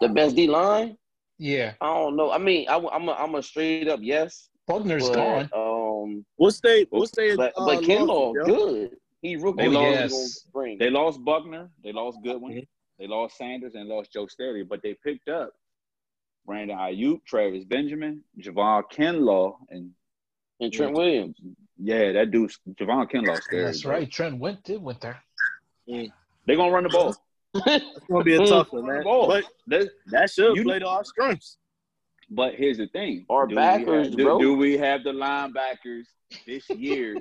Speaker 2: The best D line?
Speaker 3: Yeah.
Speaker 2: I don't know. I mean, I, am a, I'm a straight up yes.
Speaker 3: Bugner's
Speaker 2: but,
Speaker 3: gone.
Speaker 2: Um,
Speaker 4: What's they? What's they?
Speaker 2: but
Speaker 4: uh,
Speaker 2: but Kinlaw,
Speaker 4: losses, yo?
Speaker 2: good. He rookie.
Speaker 1: They
Speaker 2: He
Speaker 1: lost-
Speaker 2: gonna bring.
Speaker 1: They lost Buckner. They lost Goodwin.
Speaker 4: Mhm.
Speaker 1: They lost Sanders and lost Joe Staley, but they picked up Brandon Ayuk, Travis Benjamin, Javon Kinlaw, and
Speaker 2: and Trent Williams.
Speaker 1: yeah, that dude Javon Kinlaw. Scary,
Speaker 3: That's
Speaker 1: bro.
Speaker 3: right. Trent went did went there.
Speaker 1: They're gonna run the ball.
Speaker 4: It's gonna be a tough one,
Speaker 1: Run the
Speaker 4: man.
Speaker 1: ball.
Speaker 4: But
Speaker 1: That-
Speaker 4: that should
Speaker 1: You-
Speaker 4: play to our strengths.
Speaker 1: But here's the thing:
Speaker 2: Our
Speaker 1: do
Speaker 2: backers,
Speaker 1: we have, do-
Speaker 2: bro.
Speaker 1: Do, we have the linebackers this year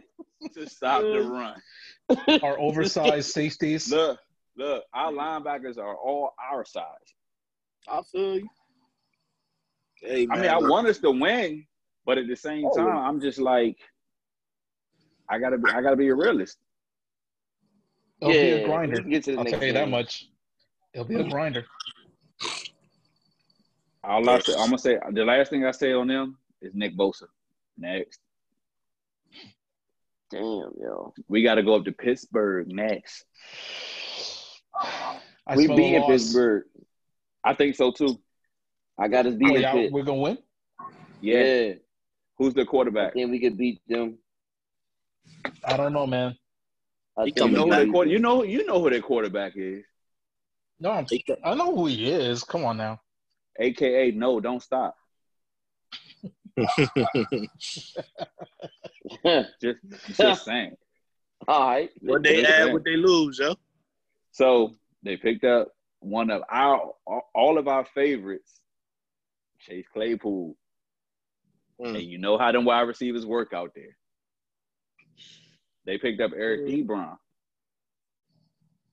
Speaker 1: to stop the run?
Speaker 3: Our oversized safeties.
Speaker 1: Look, look, our linebackers are all our size.
Speaker 4: I feel you. Hey,
Speaker 1: I
Speaker 4: man,
Speaker 1: mean, I
Speaker 4: look,
Speaker 1: want us to win, but at the same
Speaker 2: Oh.
Speaker 1: time, I'm just like, I gotta, be, I gotta be a realist.
Speaker 3: They'll be Oh, a
Speaker 2: Yeah, we
Speaker 3: grinder.
Speaker 2: can Get to the
Speaker 3: I'll
Speaker 2: next
Speaker 3: tell you that
Speaker 2: game.
Speaker 3: much. It'll be a grinder.
Speaker 1: All I say, I'm gonna say the last thing I say on them is Nick Bosa. Next,
Speaker 2: Damn, yo.
Speaker 1: we got to go up to Pittsburgh next.
Speaker 3: I
Speaker 2: we
Speaker 3: smell a
Speaker 2: beat
Speaker 3: loss.
Speaker 2: Pittsburgh.
Speaker 1: I think so too.
Speaker 2: I got us
Speaker 3: Oh,
Speaker 2: beating
Speaker 3: yeah,
Speaker 2: Pitt.
Speaker 3: we're gonna win.
Speaker 1: Yeah.
Speaker 2: Yeah.
Speaker 1: Who's the quarterback?
Speaker 2: Then we could beat them.
Speaker 3: I don't know, man.
Speaker 2: I
Speaker 4: He
Speaker 2: think
Speaker 1: You
Speaker 2: we
Speaker 4: coming
Speaker 1: know, who
Speaker 4: back.
Speaker 1: their
Speaker 2: could
Speaker 1: quarter, you know, you know who their quarterback is.
Speaker 3: No, I'm,
Speaker 4: they got-
Speaker 3: I know who he is. Come on now.
Speaker 1: AKA, no, don't stop.
Speaker 2: beat them.
Speaker 1: Just, just saying.
Speaker 2: All right.
Speaker 4: what they
Speaker 1: Yeah.
Speaker 4: add, what they lose, yo.
Speaker 1: So they picked up one of our all of our favorites, Chase Claypool.
Speaker 4: Mm.
Speaker 1: And you know how them wide receivers work out there. They picked up Eric Ebron.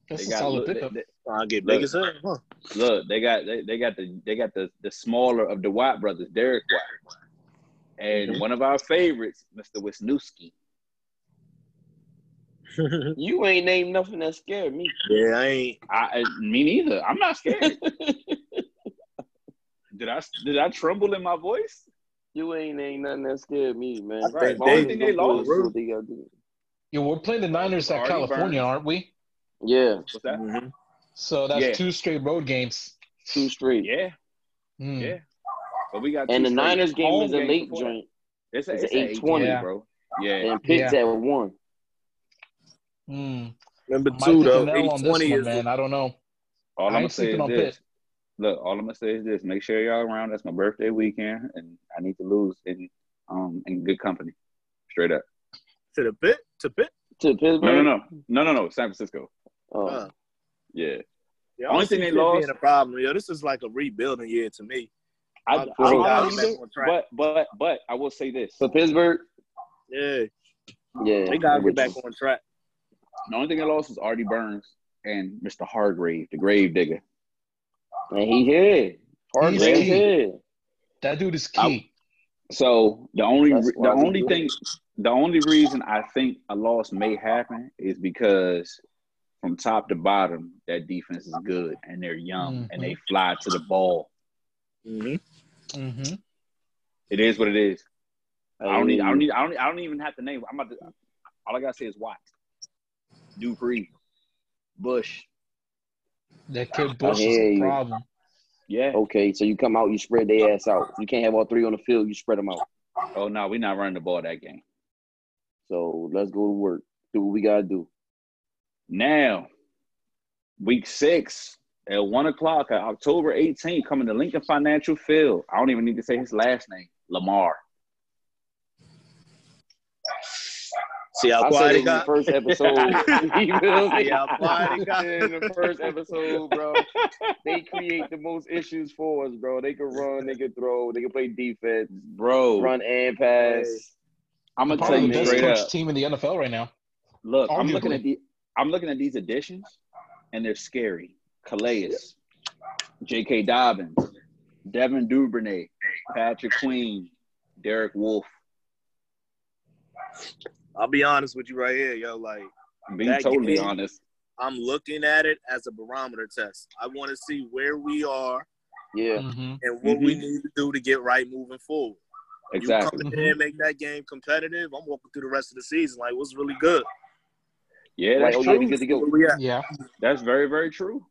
Speaker 3: That's
Speaker 1: They
Speaker 3: a
Speaker 1: got
Speaker 3: solid
Speaker 1: look, they-
Speaker 3: pickup.
Speaker 1: they-
Speaker 4: I get
Speaker 1: Look.
Speaker 4: big as hell. Huh?
Speaker 1: look, they got they, they got the they got the the smaller of the White brothers, Derek White, and
Speaker 3: Mm-hmm.
Speaker 1: one of our favorites, Mr. Wisniewski.
Speaker 2: You ain't named nothing that scared me.
Speaker 4: Yeah, I ain't.
Speaker 1: I I- me neither. I'm not scared. did I did I tremble in my voice?
Speaker 2: You ain't ain't nothing that scared me, man.
Speaker 4: I think
Speaker 2: As long as
Speaker 4: they-
Speaker 2: them
Speaker 1: they
Speaker 2: boys
Speaker 1: lost.
Speaker 2: do what they gotta do.
Speaker 3: Yo, we're playing the Niners at
Speaker 1: Already burned.
Speaker 3: California, aren't we?
Speaker 2: Yeah,
Speaker 1: What's that?
Speaker 4: Mhm.
Speaker 3: So that's
Speaker 1: Yeah.
Speaker 3: two straight road games.
Speaker 2: two
Speaker 3: Mm-hmm.
Speaker 2: straight.
Speaker 1: Yeah.
Speaker 3: Hmm.
Speaker 1: Yeah. But we got
Speaker 2: And
Speaker 1: two
Speaker 2: the
Speaker 1: straight
Speaker 2: Niners game
Speaker 1: home
Speaker 2: is a
Speaker 1: games
Speaker 2: late
Speaker 1: before that.
Speaker 2: joint,
Speaker 1: It's, a,
Speaker 2: It's
Speaker 1: it's,
Speaker 2: a
Speaker 1: a 820,
Speaker 2: 8:20.
Speaker 1: bro. Yeah.
Speaker 2: and Pitt's
Speaker 3: Yeah.
Speaker 2: at one.
Speaker 3: Hmm.
Speaker 4: Number
Speaker 3: Might
Speaker 4: two,
Speaker 3: be an
Speaker 4: though.
Speaker 3: L on this
Speaker 4: 820
Speaker 3: one,
Speaker 4: is
Speaker 3: man. I don't know.
Speaker 1: All I'm
Speaker 3: I
Speaker 1: gonna
Speaker 3: ain't
Speaker 1: say
Speaker 3: sleeping
Speaker 1: is
Speaker 3: on
Speaker 1: this.
Speaker 3: Pitt.
Speaker 1: Look, all I'm gonna say is this. Make sure y'all around. That's my birthday weekend, and I need to lose in um in good company. Straight up.
Speaker 4: to the pit. To pit.
Speaker 2: To Pittsburgh?
Speaker 1: No, no, no, no, no, no. San Francisco.
Speaker 2: Oh.
Speaker 4: Uh,
Speaker 1: Yeah. Only
Speaker 4: yeah, I don't
Speaker 1: thing
Speaker 4: see
Speaker 1: they
Speaker 4: Pitt
Speaker 1: lost-
Speaker 4: being a problem, yo. This is like a rebuilding year to me.
Speaker 1: I,
Speaker 4: I-
Speaker 1: I,
Speaker 4: I
Speaker 1: don't
Speaker 4: got
Speaker 1: know
Speaker 4: it
Speaker 1: either,
Speaker 4: back on track.
Speaker 1: but but but I will say this.
Speaker 2: For Pittsburgh?
Speaker 4: Yeah,
Speaker 3: uh,
Speaker 2: Yeah.
Speaker 4: they gotta
Speaker 2: I'm
Speaker 4: get
Speaker 2: with
Speaker 4: back
Speaker 2: you.
Speaker 4: on track.
Speaker 1: The only thing I lost was Artie Burns and Mr. Hargrave, the grave digger.
Speaker 2: And he here. Hard
Speaker 3: He's
Speaker 2: man
Speaker 3: key.
Speaker 2: here.
Speaker 3: That dude is
Speaker 1: I-
Speaker 3: key.
Speaker 1: So the only
Speaker 2: That's
Speaker 1: re- the
Speaker 2: why we
Speaker 1: only
Speaker 2: do
Speaker 1: thing the only reason I think a loss may happen is because from top to bottom that defense is good and they're young and they fly to the ball.
Speaker 4: Mm-hmm.
Speaker 3: hmm
Speaker 1: It is what it is. I don't need I don't need I don't I don't even have to name. I'm about to All I gotta say is Watt, Dupree, Bush.
Speaker 3: That kid Bush is
Speaker 2: hear
Speaker 3: a
Speaker 2: you.
Speaker 3: problem.
Speaker 1: Yeah. Oh,
Speaker 2: Okay, so you come out, you spread their ass out. You can't have all three on the field. You spread them out.
Speaker 1: Oh, no, we're not running the ball that game.
Speaker 2: So let's go to work. Do what we gotta do.
Speaker 1: Now, week six at one o'clock, uh, October 18th, coming to Lincoln Financial Field. I don't even need to say his last name, Lamar.
Speaker 5: See how
Speaker 2: I
Speaker 5: quiet
Speaker 2: said it
Speaker 5: it
Speaker 2: in the
Speaker 5: got.
Speaker 2: first episode. You feel me?
Speaker 5: Yeah, body
Speaker 2: I said in the first episode, bro. They create the most issues for us, bro. They can run, they can throw, they can play defense,
Speaker 1: Bro,
Speaker 2: run and pass.
Speaker 1: I'm gonna tell
Speaker 3: Probably
Speaker 1: you
Speaker 3: the best
Speaker 1: straight
Speaker 3: coach
Speaker 1: up.
Speaker 3: team in the NFL right now.
Speaker 1: Look, I'm
Speaker 3: Arguably.
Speaker 1: looking at the I'm looking at these additions, and they're scary. Calais, J.K. Dobbins, Devin Dubernay, Patrick Queen, Derek Wolf.
Speaker 4: I'll be honest with you right here, yo. Like,
Speaker 1: I'm being
Speaker 4: That
Speaker 1: totally
Speaker 4: game-
Speaker 1: honest.
Speaker 4: I'm looking at it as a barometer test. I want to see where we are
Speaker 2: Yeah.
Speaker 3: hmm
Speaker 4: and what we need to do to get right moving forward.
Speaker 1: Exactly.
Speaker 4: You come in
Speaker 5: Mm-hmm.
Speaker 4: here and make that game competitive. I'm walking through the rest of the season like what's really good.
Speaker 1: Yeah,
Speaker 2: Like,
Speaker 1: that's
Speaker 2: oh, yeah, we
Speaker 1: true.
Speaker 2: good to go.
Speaker 4: Where we at?
Speaker 3: Yeah.
Speaker 1: That's very, very true.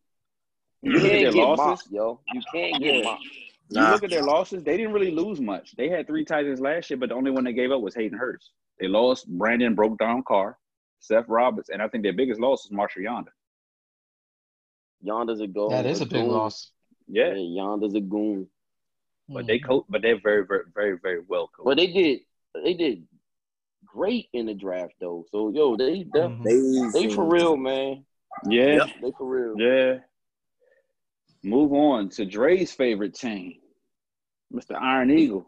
Speaker 1: You
Speaker 2: You
Speaker 1: look at
Speaker 2: can't
Speaker 1: their
Speaker 2: get
Speaker 1: losses.
Speaker 2: mocked, yo. You can't get
Speaker 1: Yeah.
Speaker 2: mocked.
Speaker 1: You
Speaker 4: Nah.
Speaker 1: look at their losses. They didn't really lose much. They had three tight ends last year, but the only one they gave up was Hayden Hurst. They lost Brandon broke down Carr, Seth Roberts, and I think their biggest loss was Marshall Yonder.
Speaker 2: Yonder's a goal.
Speaker 3: That is a big
Speaker 2: goon.
Speaker 3: loss. Mm.
Speaker 2: Yeah,
Speaker 1: Yeah,
Speaker 2: Yonder's a goon.
Speaker 1: but
Speaker 3: Mm-hmm.
Speaker 1: they coach, but they're very, very, very, very well coached.
Speaker 2: But they did they did great in the draft though. So yo, they def-
Speaker 3: Mhm.
Speaker 2: they for real, man.
Speaker 1: yeah,
Speaker 4: Yep.
Speaker 2: They for real.
Speaker 1: yeah. Move on to Dre's favorite team, Mr. Iron Eagle,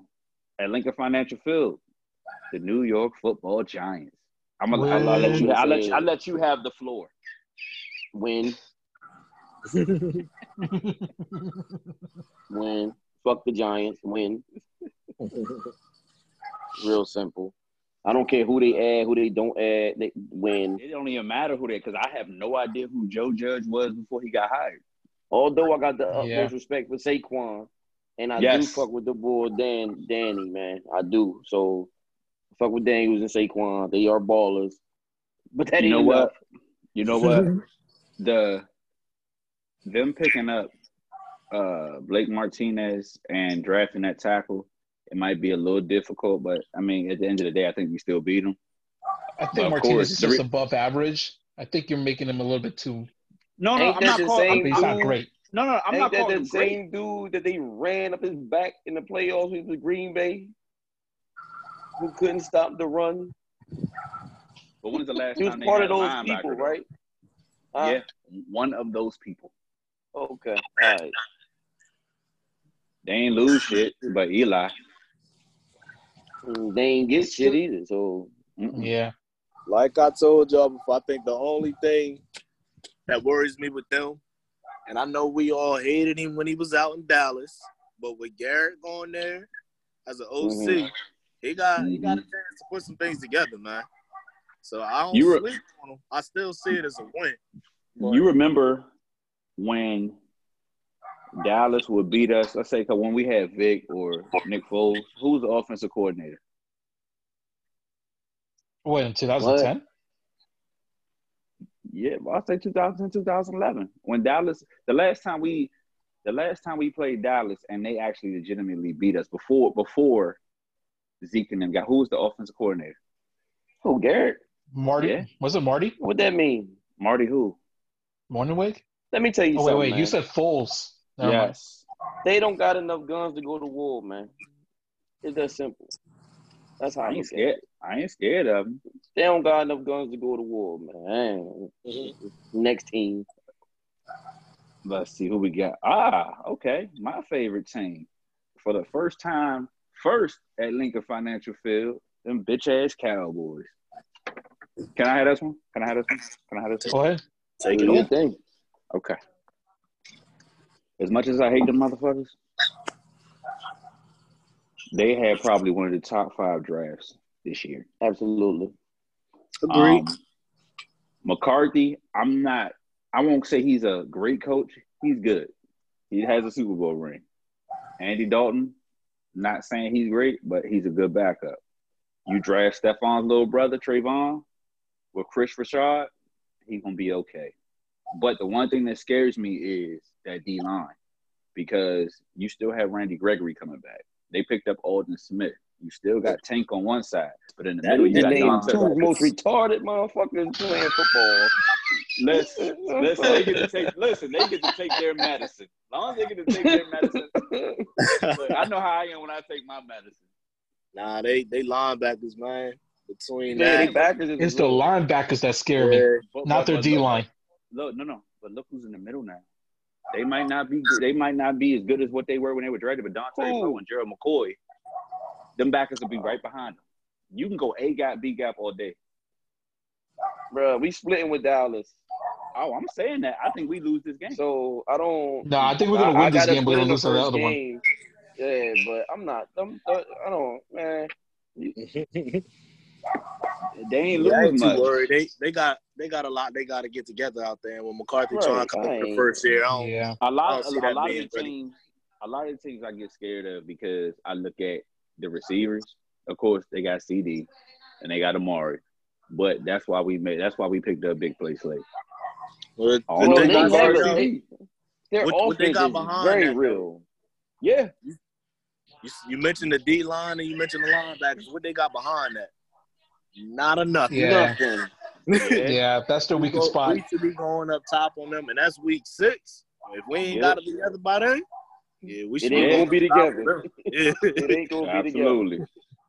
Speaker 1: at Lincoln Financial Field, the New York Football Giants. I'm gonna I'll, I'll let you. I'll let you. I'll let you have the floor.
Speaker 2: Win, win. Fuck the Giants. Win. Real simple. I don't care who they add, who they don't add. They win.
Speaker 1: It don't even matter who they, because I have no idea who Joe Judge was before he got hired.
Speaker 2: Although I got the utmost
Speaker 3: Yeah.
Speaker 2: respect for Saquon, and I do
Speaker 1: Yes.
Speaker 2: fuck with the boy Dan Danny, man. I do. So fuck with Daniels and Saquon. They are ballers. But that
Speaker 1: You
Speaker 2: ain't
Speaker 1: know
Speaker 2: enough.
Speaker 1: what? You know what? the them picking up uh Blake Martinez and drafting that tackle, it might be a little difficult, but I mean, at the end of the day, I think we still beat them.
Speaker 3: I
Speaker 1: But
Speaker 3: think
Speaker 1: of
Speaker 3: Martinez
Speaker 1: course,
Speaker 3: is
Speaker 1: the
Speaker 3: just
Speaker 1: re-
Speaker 3: above average. I think you're making him a little bit too.
Speaker 1: No,
Speaker 2: Ain't that the
Speaker 1: calling.
Speaker 2: same
Speaker 3: He's not
Speaker 2: dude?
Speaker 3: great.
Speaker 1: No, no, I'm
Speaker 2: Ain't
Speaker 1: not
Speaker 2: that
Speaker 1: calling
Speaker 2: the
Speaker 1: him great.
Speaker 2: same dude that they ran up his back in the playoffs with the Green Bay? Who couldn't stop the run?
Speaker 1: But when's the last
Speaker 2: He was
Speaker 1: time they
Speaker 2: part
Speaker 1: had
Speaker 2: of
Speaker 1: a
Speaker 2: those
Speaker 1: linebacker,
Speaker 2: people,
Speaker 1: though?
Speaker 2: right? Uh. Huh?
Speaker 1: Yeah, one of those people.
Speaker 2: Okay. All right.
Speaker 1: They ain't lose shit, but Eli.
Speaker 2: Mm, They ain't get shit either. So
Speaker 1: Mm-mm.
Speaker 3: Yeah.
Speaker 5: Like I told y'all before, I think the only thing
Speaker 4: that worries me with them. And I know we all hated him when he was out in Dallas, but with Garrett going there as an OC,
Speaker 5: Mm-hmm.
Speaker 2: Mhm.
Speaker 4: he got he got
Speaker 2: Mm-hmm.
Speaker 4: a chance to put some things together, man. So I don't
Speaker 1: You were-
Speaker 4: sleep on him. I still see it as a win.
Speaker 1: You remember when Dallas would beat us? Let's say 'cause when we had Vic or Nick Foles, who was the offensive coordinator?
Speaker 3: Wait, in 2010?
Speaker 1: Yeah, well, I'll say 2000 and 2011. When Dallas, the last time we, the last time we played Dallas, and they actually legitimately beat us before before Zeke and them got who was the offensive coordinator?
Speaker 2: oh Garrett,
Speaker 3: Marty?
Speaker 1: Yeah.
Speaker 3: Was it Marty?
Speaker 2: what that mean?
Speaker 1: Marty who?
Speaker 3: Morningwig?
Speaker 2: Let me tell you
Speaker 3: Oh, wait,
Speaker 2: something.
Speaker 3: wait.
Speaker 2: man.
Speaker 3: You said Foles. Never mind.
Speaker 1: yes.
Speaker 2: they don't got enough guns to go to war, man. It's that simple. That's how I
Speaker 1: I ain't
Speaker 2: look at it.
Speaker 1: scared. I ain't scared of him.
Speaker 2: They don't got enough guns to go to war, man. Dang.
Speaker 4: Mm-hmm.
Speaker 2: Next team.
Speaker 1: Let's see who we got. Ah, okay. My favorite team. For the first time, first at Lincoln Financial Field, them bitch ass Cowboys. Can I have this one? Can I have this one? Can I have this one?
Speaker 3: Go ahead.
Speaker 4: Take it
Speaker 2: Do your
Speaker 4: on.
Speaker 2: thing.
Speaker 1: Okay. As much as I hate them motherfuckers, they had probably one of the top five drafts this year.
Speaker 2: Absolutely.
Speaker 1: Um, McCarthy, I'm not. I won't say he's a great coach. He's good. He has a Super Bowl ring. Andy Dalton, not saying he's great, but he's a good backup. You draft Stephon's little brother Trayvon. with Chris Rashad, he's gonna be okay. But the one thing that scares me is that D line because you still have Randy Gregory coming back. They picked up Alden Smith. You still got Tank on one side, but in the
Speaker 2: That
Speaker 1: middle
Speaker 2: was
Speaker 1: you
Speaker 2: the
Speaker 1: got
Speaker 2: name
Speaker 1: Don
Speaker 2: two most retarded motherfuckers playing football.
Speaker 1: Listen, listen, they get to take listen, they get to take their medicine. As long as they get to take their medicine. Look, I know how I am when I take my medicine.
Speaker 5: Nah, they they linebackers, man. Between
Speaker 2: Man,
Speaker 5: that,
Speaker 2: they backers is
Speaker 3: It's the linebackers that scare me,
Speaker 5: yeah,
Speaker 1: But-
Speaker 3: not
Speaker 1: but-
Speaker 3: their
Speaker 1: but
Speaker 3: D
Speaker 1: look-
Speaker 3: line.
Speaker 1: Look, no, no. But look who's in the middle now. They might not be. They might not be as good as what they were when they were drafted. But Dante
Speaker 2: Who?
Speaker 1: Moore and Gerald McCoy, them backers will be right behind them. You can go A gap, B gap all day.
Speaker 2: bro. We splitting with Dallas,
Speaker 1: Oh, I'm saying that. I think we lose this game.
Speaker 2: so I don't.
Speaker 3: Nah, I think we're gonna win this
Speaker 2: gotta
Speaker 3: game, but we're
Speaker 2: split in
Speaker 3: gonna
Speaker 2: the
Speaker 3: lose to the
Speaker 2: first
Speaker 3: other one.
Speaker 2: game. Yeah, but I'm not. I'm, I don't, man.
Speaker 1: They ain't
Speaker 4: Yeah, I
Speaker 1: lose
Speaker 4: ain't too
Speaker 1: much.
Speaker 4: worried. They they got they got a lot they got to get together out there. And when McCarthy
Speaker 2: Right,
Speaker 4: trying to come in
Speaker 2: right.
Speaker 4: the first year, I don't,
Speaker 3: Yeah,
Speaker 1: A
Speaker 4: I
Speaker 1: lot,
Speaker 2: Oh,
Speaker 4: don't
Speaker 1: a,
Speaker 4: see
Speaker 1: a
Speaker 4: that
Speaker 1: lot
Speaker 4: being
Speaker 1: of the
Speaker 4: ready.
Speaker 1: teams, a lot of the teams I get scared of because I look at the receivers. Of course, they got CD and they got Amari, but that's why we made. That's why we picked up big play Slate.
Speaker 4: Well,
Speaker 1: Oh,
Speaker 4: the
Speaker 1: no,
Speaker 2: Well,
Speaker 4: thing
Speaker 2: they
Speaker 1: got
Speaker 4: about
Speaker 2: never.
Speaker 4: it, though,
Speaker 2: They, their
Speaker 4: What- what they
Speaker 2: offense
Speaker 4: got
Speaker 2: is
Speaker 4: behind
Speaker 2: very
Speaker 4: that, though?
Speaker 2: real. Yeah,
Speaker 4: you, you mentioned the D line and you mentioned the linebackers. What they got behind that? Not enough.
Speaker 3: Yeah.
Speaker 2: nothing.
Speaker 3: yeah, that's their
Speaker 4: We
Speaker 3: weakest
Speaker 4: go-
Speaker 3: spot.
Speaker 4: We should be going up top on them, and that's week six. If we ain't
Speaker 2: Yep.
Speaker 4: got to be together by then, yeah, we
Speaker 2: It
Speaker 4: should
Speaker 2: ain't gonna
Speaker 4: be
Speaker 2: be
Speaker 4: going
Speaker 2: together.
Speaker 4: up top with them.
Speaker 2: It ain't gonna be together.
Speaker 1: Absolutely.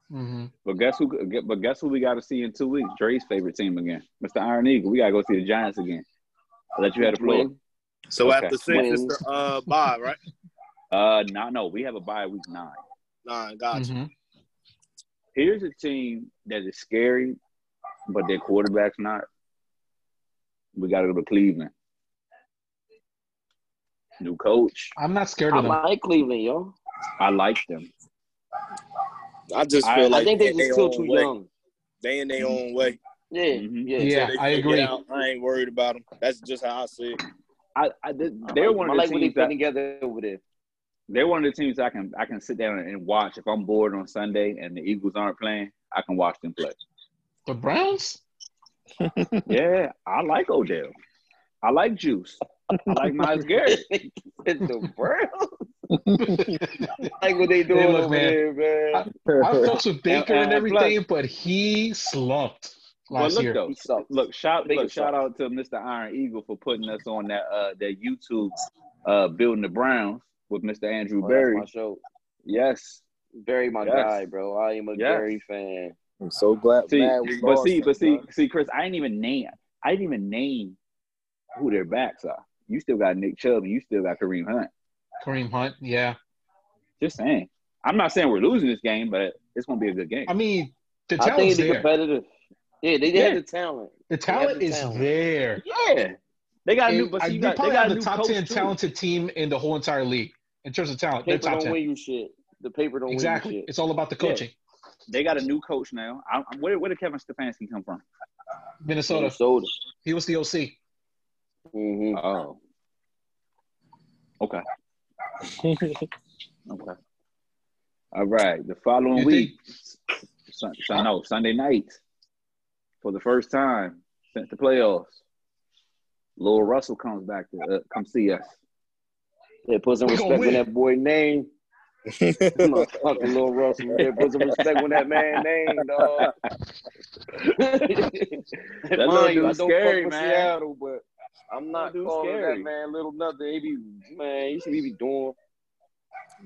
Speaker 3: hmm
Speaker 1: But guess who? But guess who we got to see in two weeks? Dre's favorite team again, Mr. Iron Eagle. We got to go see the Giants again. I let you have the floor.
Speaker 2: Win.
Speaker 4: so
Speaker 1: Okay.
Speaker 4: after six, it's
Speaker 2: Wins.
Speaker 4: the uh, bye, right?
Speaker 1: Uh, no, no, we have a bye week nine.
Speaker 4: Nah, gotcha.
Speaker 3: hmm
Speaker 1: Here's a team that is scary, but their quarterback's not. We got to go to Cleveland. New coach.
Speaker 3: I'm not scared
Speaker 2: I
Speaker 3: of them.
Speaker 2: like Cleveland, yo.
Speaker 1: I like them.
Speaker 3: Mm-hmm.
Speaker 5: I just
Speaker 1: I-
Speaker 5: feel like
Speaker 2: I think they
Speaker 4: they
Speaker 2: just still
Speaker 4: own
Speaker 2: too
Speaker 4: way.
Speaker 2: young.
Speaker 4: They in their own way.
Speaker 2: Yeah,
Speaker 1: Mhm.
Speaker 2: yeah.
Speaker 3: Yeah,
Speaker 4: They
Speaker 3: I
Speaker 4: figure
Speaker 3: agree.
Speaker 4: it out. I ain't worried about them. That's just how I see it.
Speaker 1: I, I
Speaker 2: I
Speaker 1: they're
Speaker 2: like,
Speaker 1: one of
Speaker 2: I
Speaker 1: the
Speaker 2: like what they
Speaker 1: teams
Speaker 2: put
Speaker 1: that
Speaker 2: together over there.
Speaker 1: they're one of the teams I can I can sit down and watch if I'm bored on Sunday and the Eagles aren't playing. I can watch them play.
Speaker 3: The Browns?
Speaker 1: Yeah, I like Odell. I like Juice. I like Miles Garrett.
Speaker 2: It's the world. I like what they doing
Speaker 3: look,
Speaker 2: over there,
Speaker 3: man.
Speaker 2: man.
Speaker 3: I fucks with Baker
Speaker 1: and- and
Speaker 3: and, everything, but he slumped
Speaker 1: But
Speaker 3: last
Speaker 1: look
Speaker 3: year.
Speaker 1: though,
Speaker 2: He sucks. Oh,
Speaker 1: look shout
Speaker 2: Baker
Speaker 1: look shout out to Mr. Iron Eagle for putting us on that uh that YouTube uh building the Browns with Mr. Andrew
Speaker 2: Oh, that's
Speaker 1: Berry.
Speaker 2: my show.
Speaker 1: Yes.
Speaker 2: Barry, my
Speaker 1: Yes.
Speaker 2: guy, bro. I am a
Speaker 1: Yes.
Speaker 2: Barry fan.
Speaker 4: I'm so glad.
Speaker 1: See,
Speaker 4: we
Speaker 1: but
Speaker 4: lost
Speaker 1: see,
Speaker 4: him,
Speaker 1: but see,
Speaker 4: bro.
Speaker 1: see, Chris, I didn't even name I didn't even name who their backs are. You still got Nick Chubb and you still got Kareem Hunt.
Speaker 3: Kareem Hunt, yeah.
Speaker 1: Just saying. I'm not saying we're losing this game, but it's gonna be a good game.
Speaker 3: I mean, the
Speaker 2: I think
Speaker 3: talent's
Speaker 2: they
Speaker 3: there.
Speaker 2: competitive. Yeah, they, they
Speaker 1: Yeah.
Speaker 2: have the talent.
Speaker 3: The
Speaker 2: have
Speaker 3: talent
Speaker 2: the
Speaker 3: is
Speaker 2: talent.
Speaker 3: there.
Speaker 1: yeah. They got a new
Speaker 3: And
Speaker 1: but
Speaker 3: I-
Speaker 1: see, you
Speaker 3: they
Speaker 1: got, they
Speaker 3: probably
Speaker 1: got
Speaker 3: have
Speaker 1: a
Speaker 3: the
Speaker 1: new
Speaker 3: top
Speaker 1: coach,
Speaker 3: ten
Speaker 1: too.
Speaker 3: talented team in the whole entire league in terms of talent. They're
Speaker 2: Paper
Speaker 3: top
Speaker 2: don't
Speaker 3: ten.
Speaker 2: win you shit. The paper don't win you
Speaker 3: Exactly.
Speaker 2: shit.
Speaker 3: It's all about the
Speaker 1: Yeah.
Speaker 3: coaching.
Speaker 1: They got a new coach now. I, I- where, where did Kevin Stefanski come from?
Speaker 3: Minnesota.
Speaker 2: Minnesota.
Speaker 3: He was the OC.
Speaker 2: hmm
Speaker 1: Oh. Okay. okay. All right. The following
Speaker 3: You
Speaker 1: week, Sun, Sun- no, Sunday night, for the first time since the playoffs, Lil Russell comes back to uh, come see us.
Speaker 2: Yeah, put some
Speaker 3: We
Speaker 2: respect
Speaker 3: gonna
Speaker 2: on
Speaker 3: win.
Speaker 2: that boy name. Motherfucking little Russell. Yeah, put some respect on that man name, dog.
Speaker 1: little
Speaker 2: Mind
Speaker 1: dude
Speaker 2: you, I
Speaker 1: scary,
Speaker 2: don't fuck with
Speaker 1: man.
Speaker 2: Seattle, but I'm not
Speaker 1: dude
Speaker 2: calling
Speaker 1: scary.
Speaker 2: that man little nothing. He be man, he should be doing.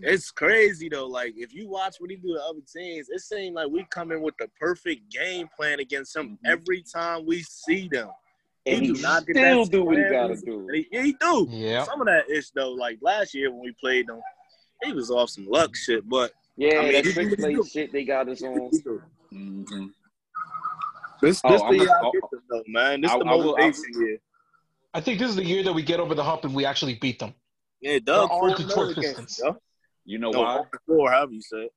Speaker 4: It's crazy though. Like if you watch what he do to other teams, it seems like we come in with the perfect game plan against them
Speaker 1: Mhm.
Speaker 4: every time we see them.
Speaker 2: And
Speaker 4: He
Speaker 2: he
Speaker 4: do not get
Speaker 2: still
Speaker 4: that
Speaker 2: do what he
Speaker 4: square
Speaker 2: gotta
Speaker 4: reason.
Speaker 2: do.
Speaker 4: And He, yeah, he do.
Speaker 3: Yeah.
Speaker 4: Some of that ish though. Like last year when we played them, he was off some luck shit. But
Speaker 2: Yeah,
Speaker 4: I mean,
Speaker 2: that
Speaker 4: he
Speaker 2: trick
Speaker 4: do-
Speaker 2: play
Speaker 4: he do.
Speaker 2: shit they got us on.
Speaker 1: Mhm.
Speaker 4: this, this
Speaker 1: Oh,
Speaker 4: the
Speaker 1: I'm
Speaker 4: year
Speaker 1: gonna-
Speaker 4: I get them though, man. This
Speaker 1: I-
Speaker 4: the
Speaker 1: I will- I-
Speaker 4: motivation year.
Speaker 3: I think this is the year that we get over the hump and we actually beat them.
Speaker 4: Yeah, Doug
Speaker 3: There are
Speaker 4: four
Speaker 3: Detroit Pistons.
Speaker 4: against them,
Speaker 1: You know
Speaker 4: yo.
Speaker 1: why?
Speaker 4: No, four, however you say. it.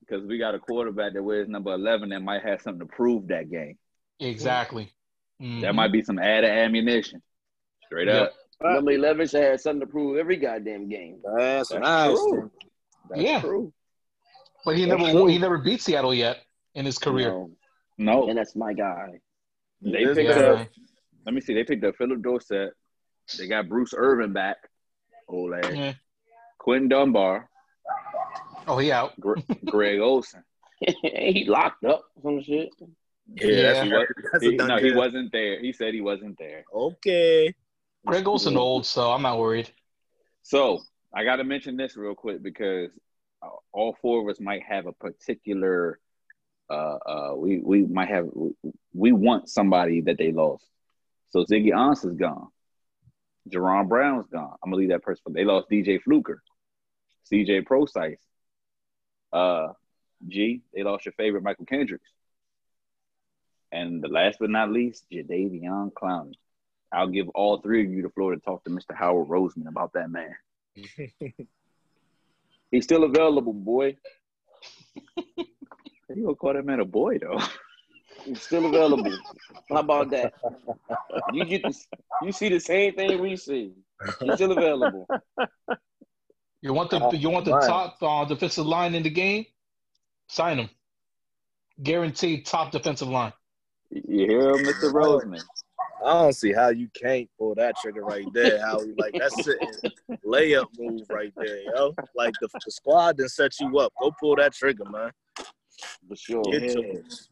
Speaker 1: Because we got a quarterback that wears number eleven that might have something to prove that game.
Speaker 3: Exactly.
Speaker 1: That
Speaker 3: Mhm.
Speaker 1: might be some added ammunition. Straight
Speaker 3: Yep.
Speaker 1: up.
Speaker 2: Number eleven should have something to prove every goddamn game.
Speaker 4: That's,
Speaker 1: That's
Speaker 4: nice.
Speaker 1: true.
Speaker 2: That's
Speaker 3: Yeah.
Speaker 2: true.
Speaker 3: But he never won, he never beat Seattle yet in his career.
Speaker 2: No.
Speaker 1: No.
Speaker 2: And that's my guy.
Speaker 1: They
Speaker 4: This
Speaker 1: picked
Speaker 4: guy-
Speaker 1: up. Let me see. They picked up Philip Dorsett. They got Bruce Irvin back. Old ass.
Speaker 3: Yeah.
Speaker 1: Quentin Dunbar.
Speaker 3: Oh, he out.
Speaker 1: Gre- Greg Olson.
Speaker 2: he locked up some shit.
Speaker 3: Yeah.
Speaker 1: He,
Speaker 4: That's,
Speaker 1: was,
Speaker 4: that's a
Speaker 1: he,
Speaker 4: done
Speaker 1: no, he
Speaker 4: deal.
Speaker 1: wasn't there. He said he wasn't there.
Speaker 4: Okay.
Speaker 3: Greg Olson old, so I'm not worried.
Speaker 1: So I got to mention this real quick because uh, all four of us might have a particular. Uh, uh, we we might have we want somebody that they lost. So Ziggy Ansah is gone. Jerron Brown's gone. I'm gonna leave that person. They lost DJ Fluker, CJ Procyse. Uh, G. They lost your favorite Michael Kendricks. And the last but not least, Jadavion Clowney. I'll give all three of you the floor to talk to Mr. Howard Roseman about that man. He's still available, boy. you gonna call that man a boy though?
Speaker 2: It's still available. How about that? You get this, you see the same thing we see. It's still available.
Speaker 3: You want the
Speaker 4: Oh,
Speaker 3: you want the
Speaker 4: man.
Speaker 3: top uh, defensive line in the game? Sign him. Guaranteed top defensive line.
Speaker 1: You hear him, Mr. Roseman?
Speaker 4: I don't see how you can't pull that trigger right there. How like that's sitting layup move right there, yo. Like the, the squad done set you up. Go pull that trigger, man.
Speaker 2: For sure.
Speaker 4: Get yours.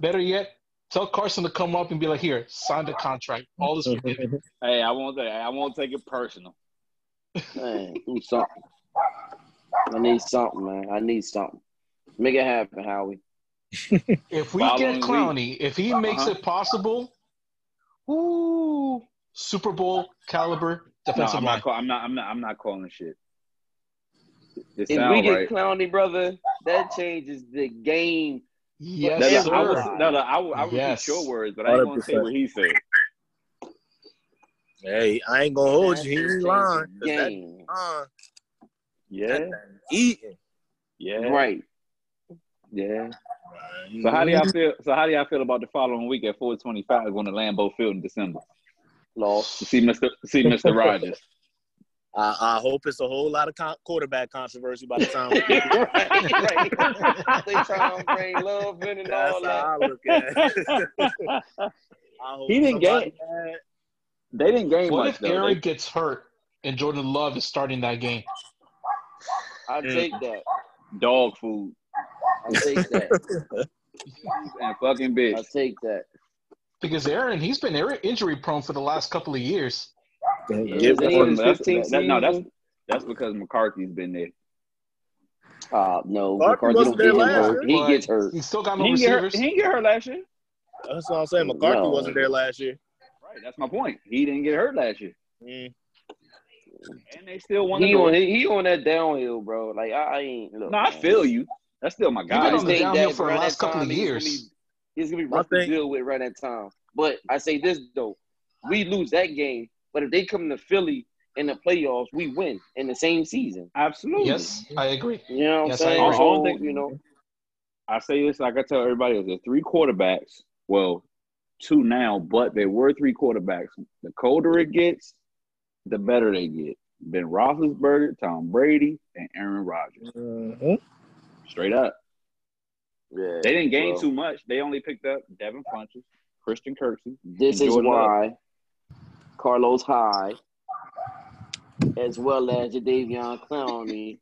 Speaker 3: Better yet, tell Carson to come up and be like, "Here, sign the contract. All is forgiven."
Speaker 1: Hey, I won't. I won't take it personal.
Speaker 2: Man, do something. I need something, man. I need something. Make it happen, Howie.
Speaker 3: If we
Speaker 1: Following
Speaker 3: get Clowney, if he makes
Speaker 1: Uh-huh.
Speaker 3: it possible, ooh, Super Bowl caliber
Speaker 1: No,
Speaker 3: defensive
Speaker 1: I'm
Speaker 3: line.
Speaker 1: not, call, I'm not. I'm not. I'm not calling shit. It
Speaker 2: If we
Speaker 1: sound
Speaker 2: get
Speaker 1: right.
Speaker 2: Clowney, brother, that changes the game.
Speaker 3: Yes,
Speaker 1: No,
Speaker 2: That's
Speaker 1: no,
Speaker 3: sir.
Speaker 1: I was, no, no, I, was- I was
Speaker 3: Yes.
Speaker 1: your words, but I ain't gonna say
Speaker 4: 100%.
Speaker 1: what he said.
Speaker 4: Hey, I ain't gonna hold
Speaker 2: That
Speaker 4: you. Oh, He ain't
Speaker 2: changes
Speaker 4: lying. 'Cause
Speaker 2: the
Speaker 4: That,
Speaker 2: Game.
Speaker 4: uh,
Speaker 1: Yeah,
Speaker 4: eating.
Speaker 1: yeah,
Speaker 2: Right.
Speaker 1: yeah. So how do
Speaker 3: Mm-hmm.
Speaker 1: y'all feel? So how do y'all feel about the following week at 4:25 going to Lambeau Field in December?
Speaker 2: Lost.
Speaker 1: To see Mr. to See Mr. Rogers.
Speaker 4: I, I hope it's a whole lot of con- quarterback controversy by the time. We get
Speaker 2: right, right. they trying to bring love in and
Speaker 4: That's
Speaker 2: all that.
Speaker 4: how I look at it. I hope
Speaker 1: He didn't get-
Speaker 4: somebody mad.
Speaker 1: They didn't gain
Speaker 3: What
Speaker 1: much
Speaker 3: if
Speaker 1: though.
Speaker 3: Eric gets hurt and Jordan Love is starting that game?
Speaker 2: I
Speaker 4: Mm.
Speaker 2: take that.
Speaker 1: They- dog food
Speaker 2: I take that.
Speaker 1: and fucking
Speaker 2: I
Speaker 1: bitch.
Speaker 2: take that.
Speaker 3: Because Aaron, he's been ir- injury prone for the last couple of years.
Speaker 2: Yeah,
Speaker 1: Yeah,
Speaker 2: is
Speaker 1: that's
Speaker 2: it even
Speaker 1: what- that's-
Speaker 2: 15
Speaker 1: that- no, that's-
Speaker 2: season?
Speaker 1: That's because McCarthy's been there.
Speaker 2: Uh, no,
Speaker 4: Barkley
Speaker 2: McCarthy don't
Speaker 4: wasn't
Speaker 2: get
Speaker 4: there
Speaker 2: him
Speaker 4: last
Speaker 2: hurt. He
Speaker 3: But
Speaker 2: gets hurt.
Speaker 3: He still got no
Speaker 1: He didn't, get her,
Speaker 3: receivers.
Speaker 1: he didn't get hurt last year.
Speaker 4: That's what I'm saying. McCarthy
Speaker 2: No.
Speaker 4: wasn't there last year.
Speaker 1: Right, that's my point. He didn't get hurt last year,
Speaker 4: Mm.
Speaker 1: and they still won.
Speaker 2: He
Speaker 1: the
Speaker 2: on
Speaker 1: on
Speaker 2: he on that downhill, bro. Like I, I ain't look.
Speaker 1: No, I
Speaker 2: man.
Speaker 1: feel you. That's still my
Speaker 3: been
Speaker 1: guy.
Speaker 2: I
Speaker 3: on the
Speaker 2: think
Speaker 3: downhill
Speaker 2: that
Speaker 3: for the
Speaker 2: around
Speaker 3: last
Speaker 2: that
Speaker 3: couple of
Speaker 2: time, he's gonna
Speaker 3: years.
Speaker 2: be- He's gonna be
Speaker 4: My
Speaker 2: rough to
Speaker 4: thing-
Speaker 2: deal with right at time. But I say this though, we lose that game. But if they come to Philly in the playoffs, we win in the same season.
Speaker 1: Absolutely.
Speaker 3: Yes, I agree.
Speaker 2: You know what
Speaker 3: Yes, I
Speaker 2: I'm saying?
Speaker 1: agree.
Speaker 2: So,
Speaker 1: I don't think-
Speaker 2: you know,
Speaker 1: I say this like I tell everybody: it was the three quarterbacks. Well, two now, but there were three quarterbacks. The colder it gets, the better they get. Ben Roethlisberger, Tom Brady, and Aaron Rodgers.
Speaker 4: Mhm.
Speaker 1: Straight up,
Speaker 2: yeah,
Speaker 1: they didn't gain
Speaker 2: well,
Speaker 1: too much. They only picked up Devin Funches, Christian Kirksey.
Speaker 2: This is
Speaker 1: Jordan Love.
Speaker 2: why Carlos High, as well as Jadavion Clowney,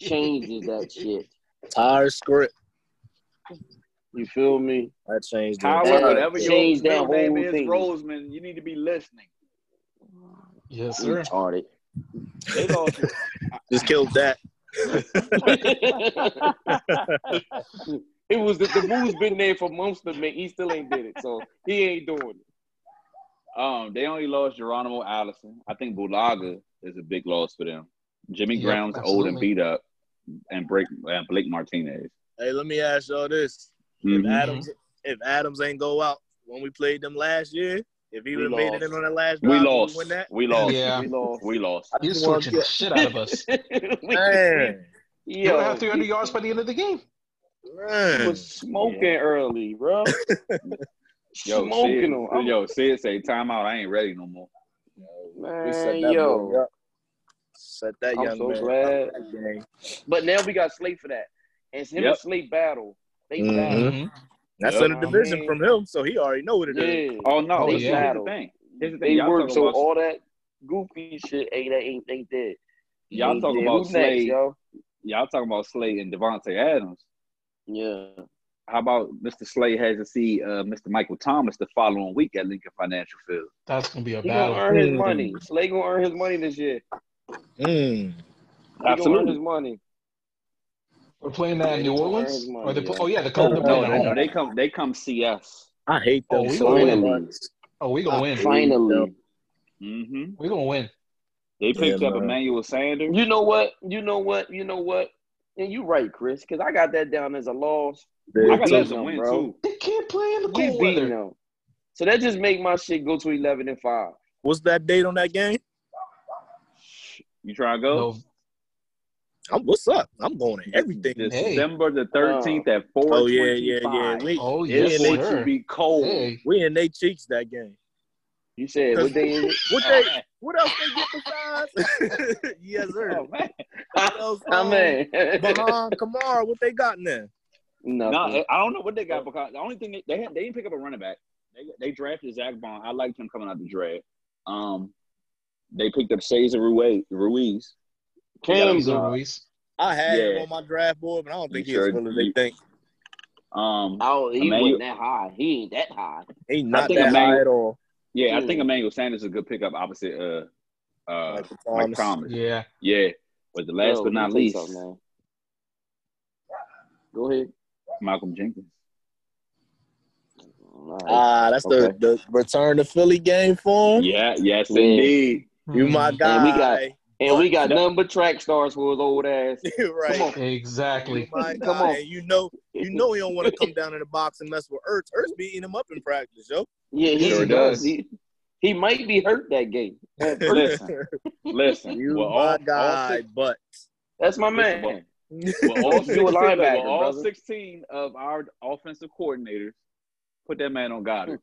Speaker 2: changes that shit.
Speaker 4: Tired script.
Speaker 2: You feel me?
Speaker 4: That changed. it.
Speaker 1: Howard,
Speaker 2: Yeah,
Speaker 1: whatever your
Speaker 2: change
Speaker 1: middle
Speaker 2: that
Speaker 1: name
Speaker 2: whole
Speaker 1: is,
Speaker 2: thing.
Speaker 1: Roseman, you need to be listening.
Speaker 3: Yes, sir.
Speaker 2: Retarded.
Speaker 1: They lost.
Speaker 4: Just killed that.
Speaker 2: it was the, the move's been there for months to make. He still ain't did it, so he ain't doing it.
Speaker 1: um, they only lost Geronimo Allison. I think Bulaga is a big loss for them. Jimmy
Speaker 3: Yep,
Speaker 1: Graham's old and
Speaker 3: absolutely.
Speaker 1: beat up, and break and Blake Martinez.
Speaker 4: Hey, let me ask y'all this: If
Speaker 1: Mhm.
Speaker 4: Adams, if Adams ain't go out when we played them last year, if he
Speaker 2: We
Speaker 4: would have made
Speaker 2: lost.
Speaker 4: it in on that last
Speaker 1: We
Speaker 4: drive, would
Speaker 1: lost.
Speaker 4: win that.
Speaker 1: We lost.
Speaker 3: Yeah.
Speaker 2: We lost.
Speaker 1: We lost.
Speaker 3: You're
Speaker 4: just wanna
Speaker 3: switching the shit out of us.
Speaker 2: We-
Speaker 4: Man,
Speaker 3: You
Speaker 2: Yo,
Speaker 3: don't have 300
Speaker 2: he
Speaker 3: yards by the end of the game.
Speaker 4: man.
Speaker 2: was smoking early, bro.
Speaker 1: Yo,
Speaker 2: smoking
Speaker 1: Sid,
Speaker 2: him. I'm-
Speaker 1: yo, Sid say timeout. I ain't ready no more.
Speaker 4: We set
Speaker 2: man,
Speaker 4: that boy
Speaker 2: yo.
Speaker 4: up. set that
Speaker 2: I'm
Speaker 4: young
Speaker 2: so
Speaker 4: man.
Speaker 2: glad.
Speaker 4: up that game.
Speaker 2: But now we got Slate for that. It's
Speaker 1: Yep.
Speaker 2: him
Speaker 1: Mm-hmm.
Speaker 2: and Slate battle. They
Speaker 4: Mhm.
Speaker 2: battle.
Speaker 4: That's
Speaker 1: Yeah.
Speaker 4: in a division
Speaker 2: Mhm.
Speaker 4: from him, so he already know what it is.
Speaker 2: Yeah.
Speaker 1: Oh no,
Speaker 3: Oh,
Speaker 1: here's
Speaker 3: yeah.
Speaker 1: the thing. Here's the thing.
Speaker 2: They
Speaker 1: y'all
Speaker 2: work,
Speaker 1: talking
Speaker 2: so
Speaker 1: about-
Speaker 2: all that goofy shit ain't that ain't ain't there.
Speaker 1: Y'all
Speaker 2: Ain't
Speaker 1: talking
Speaker 2: there.
Speaker 1: about
Speaker 2: Who next,
Speaker 1: Slade.
Speaker 2: yo?
Speaker 1: Y'all talking about Slade and Devontae Adams.
Speaker 2: Yeah.
Speaker 1: How about Mr. Slade has to see uh, Mr. Michael Thomas the following week at Lincoln Financial Field?
Speaker 3: That's gonna be a
Speaker 2: He gonna
Speaker 3: battle.
Speaker 2: earn his
Speaker 4: Mm.
Speaker 2: money. Slade gonna earn his money this year.
Speaker 4: Mm.
Speaker 2: He gonna earn
Speaker 1: Absolutely.
Speaker 2: his money.
Speaker 3: We're playing that in New
Speaker 2: They gonna
Speaker 3: Orleans,
Speaker 2: earn money,
Speaker 3: or they?
Speaker 2: yeah.
Speaker 3: Oh yeah, the Colts
Speaker 4: Oh,
Speaker 3: are
Speaker 1: No,
Speaker 3: playing
Speaker 1: no,
Speaker 3: at
Speaker 1: no,
Speaker 3: home.
Speaker 1: they come they come see us.
Speaker 4: I hate
Speaker 3: Oh,
Speaker 4: them
Speaker 3: we
Speaker 4: so
Speaker 2: going-
Speaker 4: much.
Speaker 3: Oh, we
Speaker 1: Uh,
Speaker 3: gonna win.
Speaker 2: Finally.
Speaker 1: Mm-hmm.
Speaker 3: We gonna win.
Speaker 1: They picked
Speaker 4: Yeah,
Speaker 1: up
Speaker 4: man.
Speaker 1: Emmanuel Sanders.
Speaker 2: You know what? You know what? You know what? And you right, Chris, because I got that down as a loss.
Speaker 4: They-
Speaker 1: I got that as a
Speaker 2: Them,
Speaker 1: win
Speaker 2: bro.
Speaker 1: too.
Speaker 3: They can't play in the
Speaker 2: We
Speaker 3: cold
Speaker 2: beat
Speaker 3: weather.
Speaker 2: them. So that just make my shit go to eleven and five.
Speaker 4: What's that date on that game?
Speaker 1: You trying to go?
Speaker 3: No,
Speaker 4: I'm what's up? I'm going to everything.
Speaker 3: Hey.
Speaker 1: December the thirteenth at four.
Speaker 4: Uh, Oh yeah, yeah, yeah. We
Speaker 3: Oh
Speaker 4: Yeah,
Speaker 3: yes,
Speaker 1: It's going
Speaker 3: sir.
Speaker 1: to be cold.
Speaker 3: Hey,
Speaker 4: we in they cheeks that game.
Speaker 2: You said what day is it?
Speaker 1: Oh,
Speaker 4: What they? What else they get besides? yes, sir.
Speaker 1: Oh man,
Speaker 4: What else?
Speaker 2: I
Speaker 4: um,
Speaker 2: mean,
Speaker 4: Behind Kamara, what they got in there?
Speaker 1: no,
Speaker 2: nothing.
Speaker 1: I I don't know what they got because the only thing they they, had, they didn't pick up a running back. They they drafted Zach Bond. I liked him coming out the draft. Um, they picked up Cesar Ruiz. Ruiz.
Speaker 2: Cam,
Speaker 1: uh,
Speaker 3: Cesar Ruiz.
Speaker 4: I had him
Speaker 1: Yeah.
Speaker 4: on my draft board, but I don't think
Speaker 1: You
Speaker 4: he's
Speaker 1: sure
Speaker 4: really they
Speaker 1: you-
Speaker 4: think.
Speaker 1: Um,
Speaker 2: oh, he
Speaker 1: Emmanuel-
Speaker 2: wasn't that high. He ain't that high.
Speaker 4: He's not
Speaker 1: think
Speaker 4: that
Speaker 1: Emmanuel-
Speaker 4: high at all.
Speaker 1: yeah, I
Speaker 2: Hmm.
Speaker 1: think Emmanuel Sanders is a good pickup opposite uh uh
Speaker 4: Like
Speaker 1: Mike
Speaker 4: Thomas.
Speaker 1: Thomas.
Speaker 3: Yeah.
Speaker 1: Yeah, but the last
Speaker 2: Yo,
Speaker 1: but
Speaker 2: let me
Speaker 1: not
Speaker 2: tell you
Speaker 1: least,
Speaker 2: something, man. Go ahead.
Speaker 1: Malcolm Jenkins.
Speaker 2: All right.
Speaker 1: Uh,
Speaker 4: Ah, that's the,
Speaker 2: Okay.
Speaker 4: the return to Philly game for him.
Speaker 1: Yeah, Mm-hmm. yes
Speaker 2: Yeah.
Speaker 1: indeed.
Speaker 4: You my
Speaker 3: Mhm.
Speaker 2: And we got-
Speaker 4: guy.
Speaker 2: and we got
Speaker 1: that-
Speaker 2: nothing but track stars for his old ass.
Speaker 4: right.
Speaker 2: Come on.
Speaker 4: You
Speaker 3: Exactly.
Speaker 4: my
Speaker 2: Come
Speaker 4: guy.
Speaker 2: on.
Speaker 4: And you know, you know he don't want to come down in the box and mess with Ertz. Ertz be eating him up in practice, yo.
Speaker 2: Yeah, he
Speaker 1: Sure
Speaker 2: does.
Speaker 1: does.
Speaker 2: He, he might be hurt that game.
Speaker 1: Listen, listen.
Speaker 4: you
Speaker 1: well,
Speaker 4: my
Speaker 1: all, all
Speaker 4: guy,
Speaker 1: six,
Speaker 4: but
Speaker 2: That's my
Speaker 1: Listen,
Speaker 2: man.
Speaker 1: well, all,
Speaker 2: You a
Speaker 1: 16, look,
Speaker 2: linebacker,
Speaker 1: well, all
Speaker 2: brother.
Speaker 1: 16 of our offensive coordinators put that man on Goddard.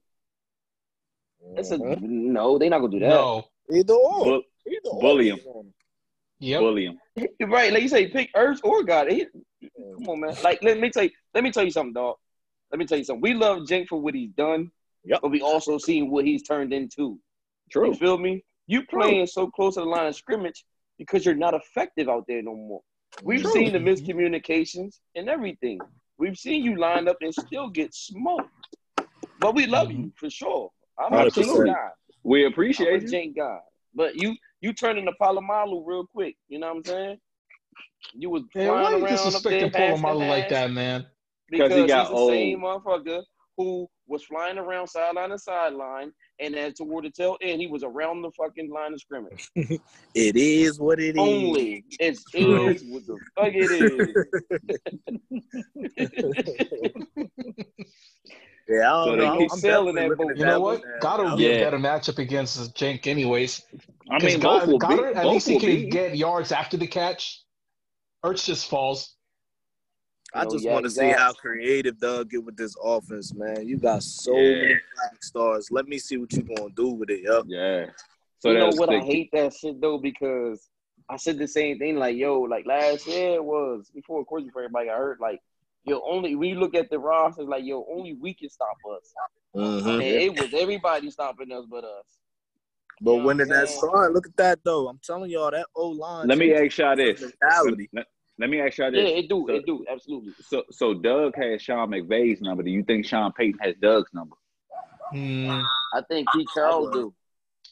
Speaker 2: That's a
Speaker 4: Mhm.
Speaker 2: no. They not gonna do that.
Speaker 3: No.
Speaker 4: either or.
Speaker 1: Bu-
Speaker 4: either or.
Speaker 1: bully him.
Speaker 3: Yep.
Speaker 1: Bully him.
Speaker 2: You're right. Like you say, pick Earth or God. He, come on, man. Like let me tell you, let me tell you something, dog. Let me tell you something. We love Jake for what he's done,
Speaker 4: Yep.
Speaker 2: but we also seen what he's turned into. You
Speaker 1: True.
Speaker 2: feel me? You
Speaker 1: True.
Speaker 2: playing so close to the line of scrimmage because you're not effective out there no more. We've
Speaker 4: True.
Speaker 2: seen the miscommunications and everything. We've seen you line up and still get smoked. But we love you for sure. I'm a Jake
Speaker 1: Absolutely.
Speaker 2: guy.
Speaker 1: We
Speaker 2: I'm
Speaker 1: appreciate
Speaker 2: a
Speaker 1: you.
Speaker 2: Jake guy. But you you turn into Palomalu real quick. You know what I'm saying? You was
Speaker 3: Hey,
Speaker 2: flying
Speaker 3: why you
Speaker 2: around
Speaker 3: disrespecting
Speaker 2: up there, passing
Speaker 3: Polamalu like
Speaker 2: ass
Speaker 3: that, man?
Speaker 2: because
Speaker 1: he got
Speaker 2: he's the same motherfucker who was flying around sideline to sideline, and then toward the tail end, he was around the fucking line of scrimmage.
Speaker 4: It is what it is.
Speaker 2: Only as
Speaker 3: True.
Speaker 2: is what the fuck it is.
Speaker 4: Yeah, I
Speaker 1: So
Speaker 4: don't
Speaker 1: they
Speaker 4: know. I'm-
Speaker 1: keep
Speaker 4: I'm
Speaker 2: selling
Speaker 4: definitely
Speaker 2: that
Speaker 4: looking
Speaker 2: boat.
Speaker 4: at
Speaker 3: You know what?
Speaker 4: one now.
Speaker 3: Goddard will
Speaker 1: Yeah.
Speaker 3: be a better matchup against Jake, anyways.
Speaker 1: I
Speaker 3: Because
Speaker 1: mean, both will
Speaker 3: God,
Speaker 1: be.
Speaker 3: Goddard, at
Speaker 1: both
Speaker 3: least he
Speaker 1: will
Speaker 3: can
Speaker 1: be.
Speaker 3: get yards after the catch. Ertz just falls.
Speaker 4: I
Speaker 2: Yo,
Speaker 4: just
Speaker 2: yeah,
Speaker 4: want to see
Speaker 2: exact.
Speaker 4: how creative they'll get with this offense, man. You got so
Speaker 1: Yeah.
Speaker 4: many black stars. Let me see what you're gonna do with it, yo.
Speaker 1: Yeah. So
Speaker 2: you know
Speaker 1: that's
Speaker 2: what? I
Speaker 1: the-
Speaker 2: hate that shit though because I said the same thing. Like yo, like last year it was before, of course, before everybody got hurt. Like yo, only we look at the roster. Like yo, only we can stop us.
Speaker 1: Uh-huh.
Speaker 4: Mm-hmm.
Speaker 2: And it was everybody stopping us but us.
Speaker 4: But
Speaker 2: You know
Speaker 4: when
Speaker 2: what
Speaker 4: did that
Speaker 2: I'm saying?
Speaker 4: start? Look at that though. I'm telling y'all that O line.
Speaker 1: Let me ask y'all
Speaker 4: That's
Speaker 1: this.
Speaker 4: mentality.
Speaker 1: Let, let me ask y'all
Speaker 2: Yeah,
Speaker 1: this.
Speaker 2: it do.
Speaker 1: So-
Speaker 2: it do. Absolutely.
Speaker 1: So, so Doug has Sean McVay's number. Do you think Sean Payton has Doug's number?
Speaker 3: Hmm.
Speaker 2: I think Pete Carroll do.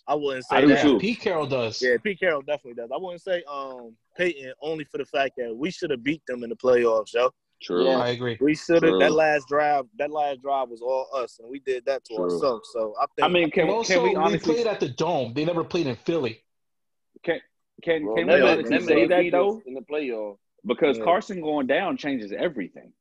Speaker 4: I wouldn't
Speaker 1: I
Speaker 4: say
Speaker 1: do
Speaker 4: that.
Speaker 1: too.
Speaker 3: Pete Carroll does.
Speaker 4: Yeah, Pete Carroll definitely does. I wouldn't say um Peyton only for the fact that we should have beat them in the playoffs, yo.
Speaker 1: True.
Speaker 2: Yeah.
Speaker 3: I agree.
Speaker 4: We should have
Speaker 1: True.
Speaker 4: that last drive. That last drive was all us, and we did that to
Speaker 1: True.
Speaker 4: ourselves. So I think
Speaker 1: I mean,
Speaker 3: And
Speaker 1: can,
Speaker 3: also,
Speaker 1: can we honestly
Speaker 3: they played at the Dome. They never played in Philly.
Speaker 1: can can,
Speaker 2: Bro,
Speaker 1: can
Speaker 2: that
Speaker 1: we
Speaker 4: Lemon-
Speaker 2: man-
Speaker 1: honestly
Speaker 2: that man
Speaker 1: say that
Speaker 2: beat us
Speaker 1: though?
Speaker 2: in the playoff.
Speaker 1: Because
Speaker 4: Yeah.
Speaker 1: Carson going down changes everything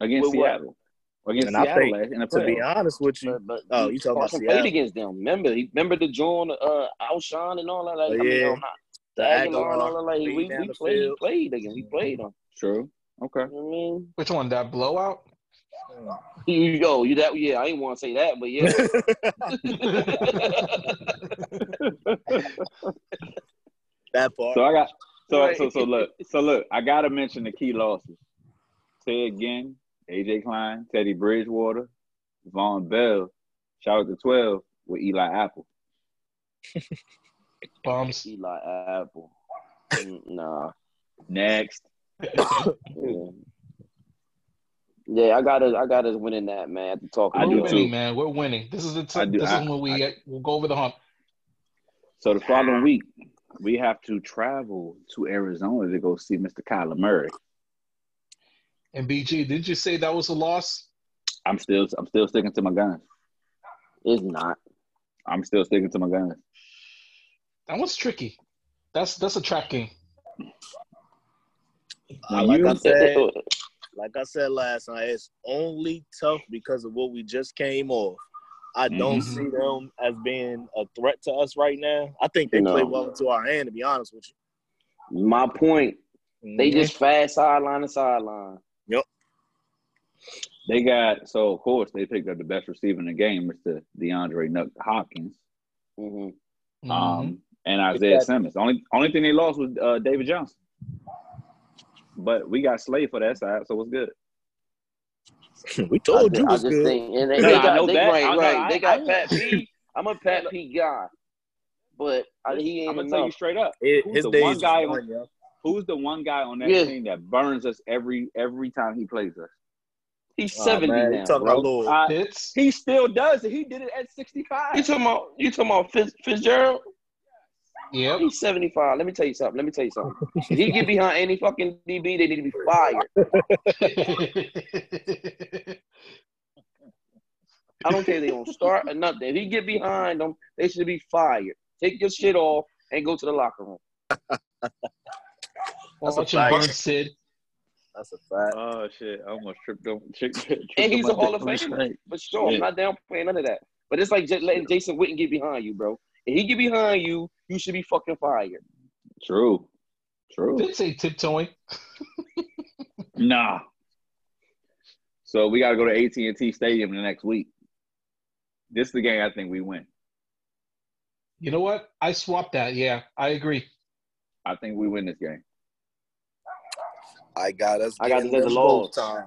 Speaker 1: against
Speaker 2: With what?
Speaker 1: Seattle. Against
Speaker 4: And I
Speaker 1: Seattle
Speaker 4: think,
Speaker 1: last in the
Speaker 4: to be
Speaker 1: playoffs.
Speaker 4: honest with you,
Speaker 2: But, but
Speaker 4: Oh, you talking about
Speaker 2: Carson
Speaker 4: Seattle.
Speaker 2: played against them. Remember, he remember the John, uh, Alshon and all that. Like, I
Speaker 4: Oh, yeah.
Speaker 2: mean, um, not
Speaker 4: the
Speaker 2: the Aguilar and all
Speaker 4: Aguilar.
Speaker 2: that. Like,
Speaker 4: lead
Speaker 2: we,
Speaker 4: down
Speaker 2: we
Speaker 4: the
Speaker 2: played,
Speaker 4: field.
Speaker 2: played again. We played them.
Speaker 1: True. Okay.
Speaker 2: You know what I mean,
Speaker 3: Which one? That blowout?
Speaker 2: you, yo, you that yeah. I ain't want to say that, but yeah.
Speaker 4: that part.
Speaker 1: So I got so
Speaker 2: Right.
Speaker 1: so so look so look. I gotta mention the key losses. Ted Ginn AJ Klein, Teddy Bridgewater, Vaughn Bell. Shout out to 12 with Eli Apple.
Speaker 3: Bums.
Speaker 2: Eli Apple. uh, Mm, nah.
Speaker 1: Next.
Speaker 2: Yeah. Yeah, I got us. I got us winning that man. After talking,
Speaker 1: I
Speaker 3: We're
Speaker 1: do
Speaker 2: about it.
Speaker 3: winning,
Speaker 1: too.
Speaker 3: man. We're winning. This is the
Speaker 1: I
Speaker 3: t-
Speaker 1: do.
Speaker 3: this
Speaker 1: I-
Speaker 3: is when we
Speaker 1: I-
Speaker 3: get, we'll go over the hump.
Speaker 1: So the following week, we have to travel to Arizona to go see Mr. Kyler Murray.
Speaker 3: And BG, didn't you say that was a loss?
Speaker 1: I'm still I'm still sticking to my guns.
Speaker 2: It's not.
Speaker 1: I'm still sticking to my guns.
Speaker 3: That one's tricky. That's that's a trap game.
Speaker 4: uh,
Speaker 1: When
Speaker 5: like
Speaker 1: you-
Speaker 5: I said, like I said last night, it's only tough because of what we just came off. I don't
Speaker 3: Mhm.
Speaker 5: see them as being a threat to us right now. I think they
Speaker 2: No.
Speaker 5: play well into our hand, to be honest with
Speaker 2: My point.
Speaker 5: you.
Speaker 4: Mm-hmm.
Speaker 2: They just fast sideline to sideline.
Speaker 1: They got so of course they picked up the best receiver in the game, Mr. DeAndre Nuck Hopkins,
Speaker 2: hmm
Speaker 3: Mm-hmm.
Speaker 1: um, and Isaiah
Speaker 5: Exactly.
Speaker 1: Simmons. Only only thing they lost was uh, David Johnson. But we got Slade for that side, so what's good?
Speaker 5: we
Speaker 2: I,
Speaker 5: told
Speaker 2: ju-
Speaker 5: you
Speaker 2: I
Speaker 5: was
Speaker 2: just
Speaker 5: good.
Speaker 2: think, and they,
Speaker 1: No,
Speaker 2: they
Speaker 1: I know
Speaker 2: got they,
Speaker 1: that. I
Speaker 2: right,
Speaker 1: know-
Speaker 2: right.
Speaker 1: I-
Speaker 2: they got
Speaker 1: I-
Speaker 2: Pat P. I'm a Pat P guy, but I, he
Speaker 1: I'm
Speaker 2: ain't
Speaker 1: gonna tell you
Speaker 2: enough.
Speaker 1: straight up.
Speaker 5: It-
Speaker 1: Who's
Speaker 5: his
Speaker 1: the
Speaker 5: days
Speaker 1: one
Speaker 5: is
Speaker 1: guy
Speaker 5: done, yo.
Speaker 1: Who's the one guy on that
Speaker 2: Yeah.
Speaker 1: team that burns us every every time he plays us?
Speaker 2: He's
Speaker 5: Aw,
Speaker 2: seventy
Speaker 5: man,
Speaker 2: now,
Speaker 5: You talking
Speaker 2: bro.
Speaker 5: about Lord?
Speaker 1: Uh,
Speaker 3: Fitz.
Speaker 1: he still does it. He did it at
Speaker 2: You
Speaker 1: 65.
Speaker 2: talking about you talking about Fitz, Fitzgerald?
Speaker 3: Yep.
Speaker 2: He's seventy five. Let me tell you something. Let me tell you something. If he get behind any fucking DB, they need to be fired. I don't care if they gonna start or nothing. If he get behind them, they should be fired. Take your shit off and go to the locker room.
Speaker 5: That's a
Speaker 3: Watching
Speaker 5: fact.
Speaker 3: Burn Sid.
Speaker 5: That's a fact.
Speaker 1: Oh shit! I almost tripped him. Tripped, tripped
Speaker 2: And he's
Speaker 1: him
Speaker 2: a
Speaker 1: up
Speaker 2: Hall of
Speaker 1: three
Speaker 2: Famer.
Speaker 1: straight.
Speaker 2: But sure, I'm
Speaker 1: Yeah.
Speaker 2: not downplaying none of that. But it's like just letting Jason Witten get behind you, bro. If he get behind you, you should be fucking fired.
Speaker 1: True. True.
Speaker 3: Fitz ain't tiptoeing.
Speaker 1: Nah. So we gotta go to AT and T Stadium the next week. This is the game I think we win.
Speaker 3: You know what? I swapped that. Yeah, I agree.
Speaker 1: I think we win this game.
Speaker 5: I got us.
Speaker 2: I got
Speaker 5: getting
Speaker 2: us at the
Speaker 5: them
Speaker 2: Lord.
Speaker 5: both times.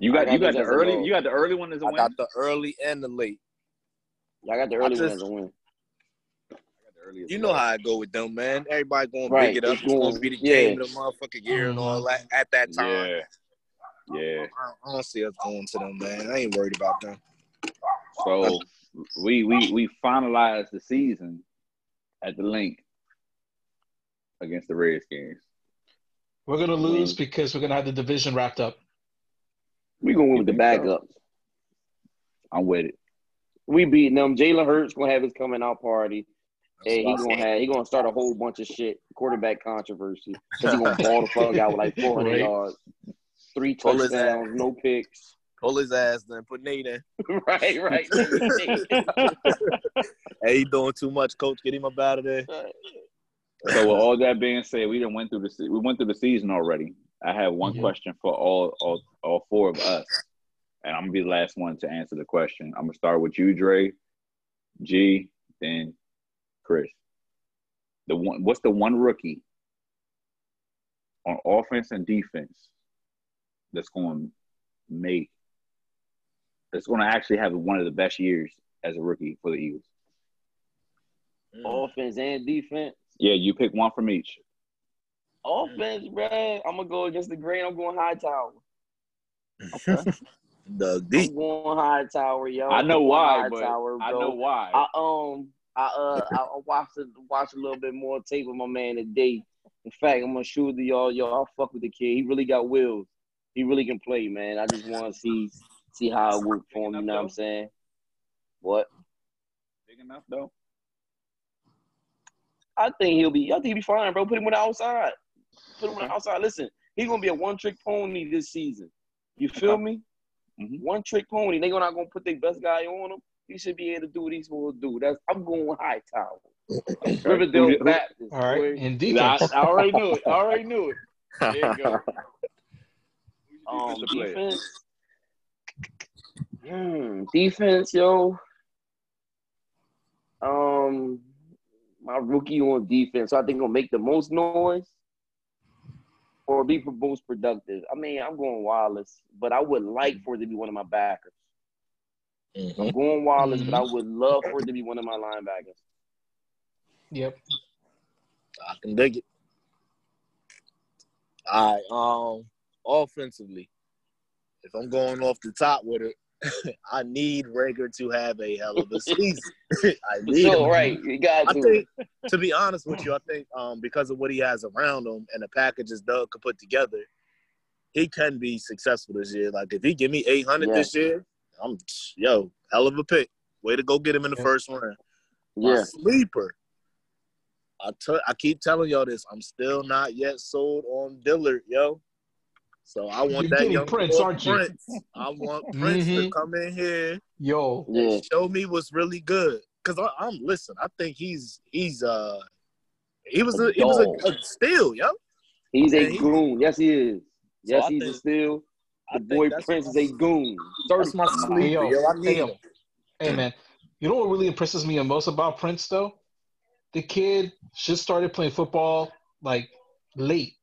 Speaker 1: You
Speaker 2: I
Speaker 1: got,
Speaker 2: got
Speaker 1: you got
Speaker 2: this
Speaker 1: the
Speaker 2: as a
Speaker 1: early
Speaker 2: low.
Speaker 1: you got the early one as a
Speaker 5: I
Speaker 1: win.
Speaker 5: got the early and the late.
Speaker 2: I got the early
Speaker 5: just-
Speaker 2: one as a win.
Speaker 5: You know how I go with them, man. Everybody gonna
Speaker 2: Right,
Speaker 5: big it up.
Speaker 2: it's
Speaker 5: It's gonna
Speaker 2: going-
Speaker 5: be the
Speaker 2: yeah.
Speaker 5: game of the motherfucking year and all that at that time.
Speaker 1: Yeah. Yeah.
Speaker 5: I, I don't see us going to them, man. I ain't worried about them.
Speaker 1: So we we we finalized the season at the link against the Redskins.
Speaker 3: We're gonna lose
Speaker 1: Mm.
Speaker 3: because we're gonna have the division wrapped up.
Speaker 2: We gonna win with the
Speaker 1: You think so?
Speaker 2: backups.
Speaker 1: I'm with it.
Speaker 2: We beating them. Jalen Hurts gonna have his coming out party. And he
Speaker 5: That's what
Speaker 2: gonna have he gonna start a whole bunch of shit. Quarterback controversy. Cause he gonna ball the fuck out with like four hundred
Speaker 3: Right.
Speaker 2: yards, three
Speaker 5: Pull his
Speaker 2: touchdowns, no picks.
Speaker 5: Pull his ass then, put Nate in.
Speaker 2: right, right.
Speaker 5: Hey, he doing too much, coach. Get him up out of there.
Speaker 1: So with all that being said, we done went through the se- we went through the season already. I have one
Speaker 3: Yeah.
Speaker 1: question for all, all all four of us, and I'm gonna be the last one to answer the question. I'm gonna start with you, Dre, G, then Chris. The one, what's the one rookie on offense and defense that's going to make that's going to actually have one of the best years as a rookie for the Eagles?
Speaker 5: Mm.
Speaker 2: Offense and defense.
Speaker 1: Yeah, you pick one from each.
Speaker 2: Offense, bruh. I'm gonna go against the grain. I'm going high tower.
Speaker 5: The
Speaker 2: I'm going high tower, yo.
Speaker 1: I know why,
Speaker 2: High
Speaker 1: but
Speaker 2: tower,
Speaker 1: I
Speaker 2: bro.
Speaker 1: know why.
Speaker 2: I um I uh I I watched a, watched a little bit more tape with my man today. In fact, I'm gonna shoot the y'all. Yo, I'll fuck with the kid. He really got wheels. He really can play, man. I just want to see see how it work for him. You know what I'm saying? What?
Speaker 1: Big enough though.
Speaker 2: I think he'll be. I think he'll be fine, bro. Put him on the outside. Put him on the outside. Listen, he's gonna be a one trick pony this season. You feel me?
Speaker 1: Mhm.
Speaker 2: One trick pony. They're not gonna put their best guy on him. He should be able to do what he's supposed to do. That's I'm going with Hightower.
Speaker 1: Who-
Speaker 2: Riverdale
Speaker 1: who-
Speaker 2: Baptist.
Speaker 3: All right,
Speaker 2: where-
Speaker 3: and
Speaker 1: I,
Speaker 3: defense.
Speaker 1: I already knew it. I already knew it.
Speaker 2: Oh,
Speaker 1: There you go.
Speaker 2: Um,
Speaker 1: Defensive player.
Speaker 2: defense. Hmm, defense, yo. Um, my rookie on defense. So I think gonna make the most noise. or be pro- most productive. I mean, I'm going Wallace, but I would like for it to be one of my backers.
Speaker 5: Mm-hmm.
Speaker 2: I'm going Wallace, but I would love for it to be one of my linebackers.
Speaker 3: Yep.
Speaker 4: I can dig it. All right, um, offensively, if I'm going off the top with it, I need Rager to have a hell of a season. I need him.
Speaker 2: So right, you got
Speaker 4: I
Speaker 2: to.
Speaker 4: think, to be honest with you, I think um, because of what he has around him and the packages Doug could put together, he can be successful this year. Like if he give me eight hundred
Speaker 2: Yeah.
Speaker 4: this year, I'm yo hell of a pick. Way to go get him in the
Speaker 3: Yeah.
Speaker 4: first round. My
Speaker 2: Yeah,
Speaker 4: sleeper. I t- I keep telling y'all this. I'm still not yet sold on Dillard, yo. So I want
Speaker 3: You're
Speaker 4: that
Speaker 3: getting
Speaker 4: young
Speaker 3: Prince,
Speaker 4: boy,
Speaker 3: aren't you?
Speaker 4: Prince. I want Prince to
Speaker 3: Mhm.
Speaker 4: come in here
Speaker 3: Yo.
Speaker 2: Mm-hmm. yeah.
Speaker 4: and show me what's really good. Cause I, I'm listen. I think he's he's uh he was a, he was a, a steal, yo.
Speaker 2: He's
Speaker 4: And
Speaker 2: a
Speaker 4: he-
Speaker 2: goon. Yes, he is. Yes,
Speaker 4: I
Speaker 2: he's a
Speaker 4: think-
Speaker 2: steal.
Speaker 4: I
Speaker 2: The
Speaker 4: think
Speaker 2: boy
Speaker 4: that's
Speaker 2: Prince is
Speaker 4: my-
Speaker 2: a goon.
Speaker 4: That's my sleeper,
Speaker 3: Hey, yo.
Speaker 4: yo. I need
Speaker 3: Hey,
Speaker 4: him.
Speaker 3: yo. Hey, man. You know what really impresses me the most about Prince, though? The kid just started playing football like late.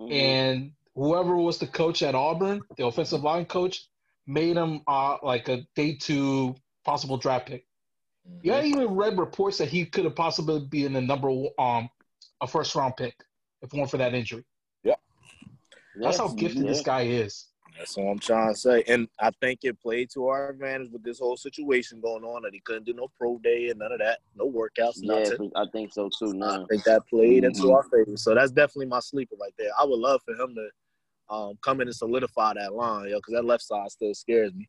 Speaker 2: Mhm.
Speaker 3: and whoever was the coach at Auburn, the offensive line coach, made him uh, like a day two possible draft pick. Yeah, I even read reports that he could have possibly been the number one, um a first round pick if it weren't for that injury. That's how gifted
Speaker 2: yeah.
Speaker 3: this guy is.
Speaker 4: That's what I'm trying to say. And I think it played to our advantage with this whole situation going on that he couldn't do no pro day and none of that, no workouts,
Speaker 2: Yeah,
Speaker 4: nothing.
Speaker 2: I think so too.
Speaker 4: I
Speaker 2: Now,
Speaker 4: think that played into
Speaker 1: Mhm.
Speaker 4: our favor. So that's definitely my sleeper right there. I would love for him to um, come in and solidify that line, yo, because that left side still scares me.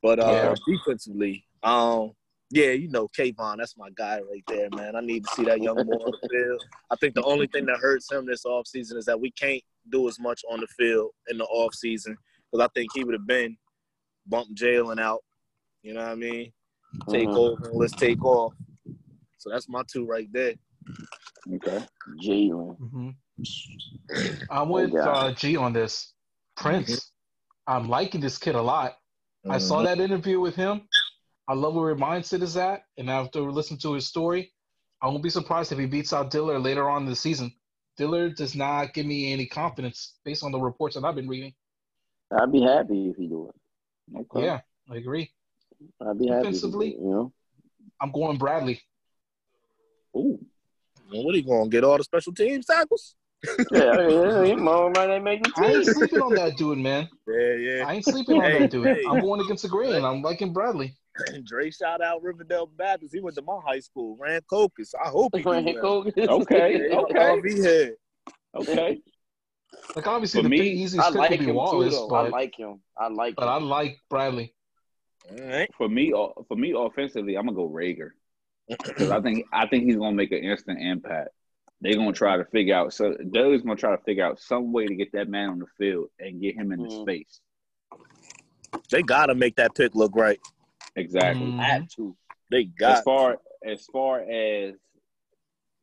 Speaker 4: But uh, defensively, um, yeah, you know, Kayvon, that's my guy right there, man. I need to see that young boy on the field. I think the only thing that hurts him this offseason is that we can't do as much on the field in the offseason because I think he would have been bump Jalen out. You know what I mean? Take
Speaker 2: Mhm.
Speaker 4: over and let's take off. So that's my two right there.
Speaker 1: Okay.
Speaker 2: Jalen.
Speaker 3: I'm with
Speaker 2: Oh, God.
Speaker 3: Mm-hmm. uh, G on this. Prince, I'm liking this kid a lot. I
Speaker 4: Mm-hmm.
Speaker 3: saw that interview with him. I love where his mindset is at, and after listening to his story, I won't be surprised if he beats out Dillard later on in the season. Dillard does not give me any confidence based on the reports that I've been reading.
Speaker 2: I'd be happy if he do it.
Speaker 1: Okay.
Speaker 3: Yeah, I agree.
Speaker 2: I'd be happy. If he do
Speaker 3: Defensively?
Speaker 2: it, you know.
Speaker 3: I'm going Bradley.
Speaker 1: Ooh.
Speaker 4: Well, what are you going to get all the special teams tackles?
Speaker 2: Yeah, yeah, he might not make the
Speaker 3: I ain't
Speaker 2: team.
Speaker 3: sleeping on that dude, man.
Speaker 4: Yeah, yeah.
Speaker 3: I ain't sleeping on
Speaker 4: Hey,
Speaker 3: that dude.
Speaker 4: hey.
Speaker 3: I'm going against the grain. I'm liking Bradley.
Speaker 4: Dre shout out Riverdale Baptist. He went to my high school, Rand Cocos. I hope he do
Speaker 2: Frank
Speaker 4: well.
Speaker 2: Hogan.
Speaker 1: Okay.
Speaker 4: Yeah,
Speaker 1: Okay.
Speaker 4: I'll be here.
Speaker 1: Okay.
Speaker 3: Like obviously
Speaker 1: For
Speaker 3: the
Speaker 1: me,
Speaker 3: big
Speaker 2: I
Speaker 3: easiest pick
Speaker 2: like
Speaker 3: would be
Speaker 2: him too,
Speaker 3: Wallace,
Speaker 2: though. I
Speaker 3: but
Speaker 2: like him. I like
Speaker 3: but I
Speaker 2: him.
Speaker 3: like Bradley.
Speaker 4: All right.
Speaker 1: For me, uh, for me, offensively, I'm gonna go Rager because I think I think he's gonna make an instant impact. They're gonna try to figure out. So Doug's gonna try to figure out some way to get that man on the field and get him into
Speaker 2: Mhm.
Speaker 1: space.
Speaker 4: They got to make that pick look right.
Speaker 1: Exactly.
Speaker 3: Mhm.
Speaker 2: I have to.
Speaker 4: They got
Speaker 1: As far as far as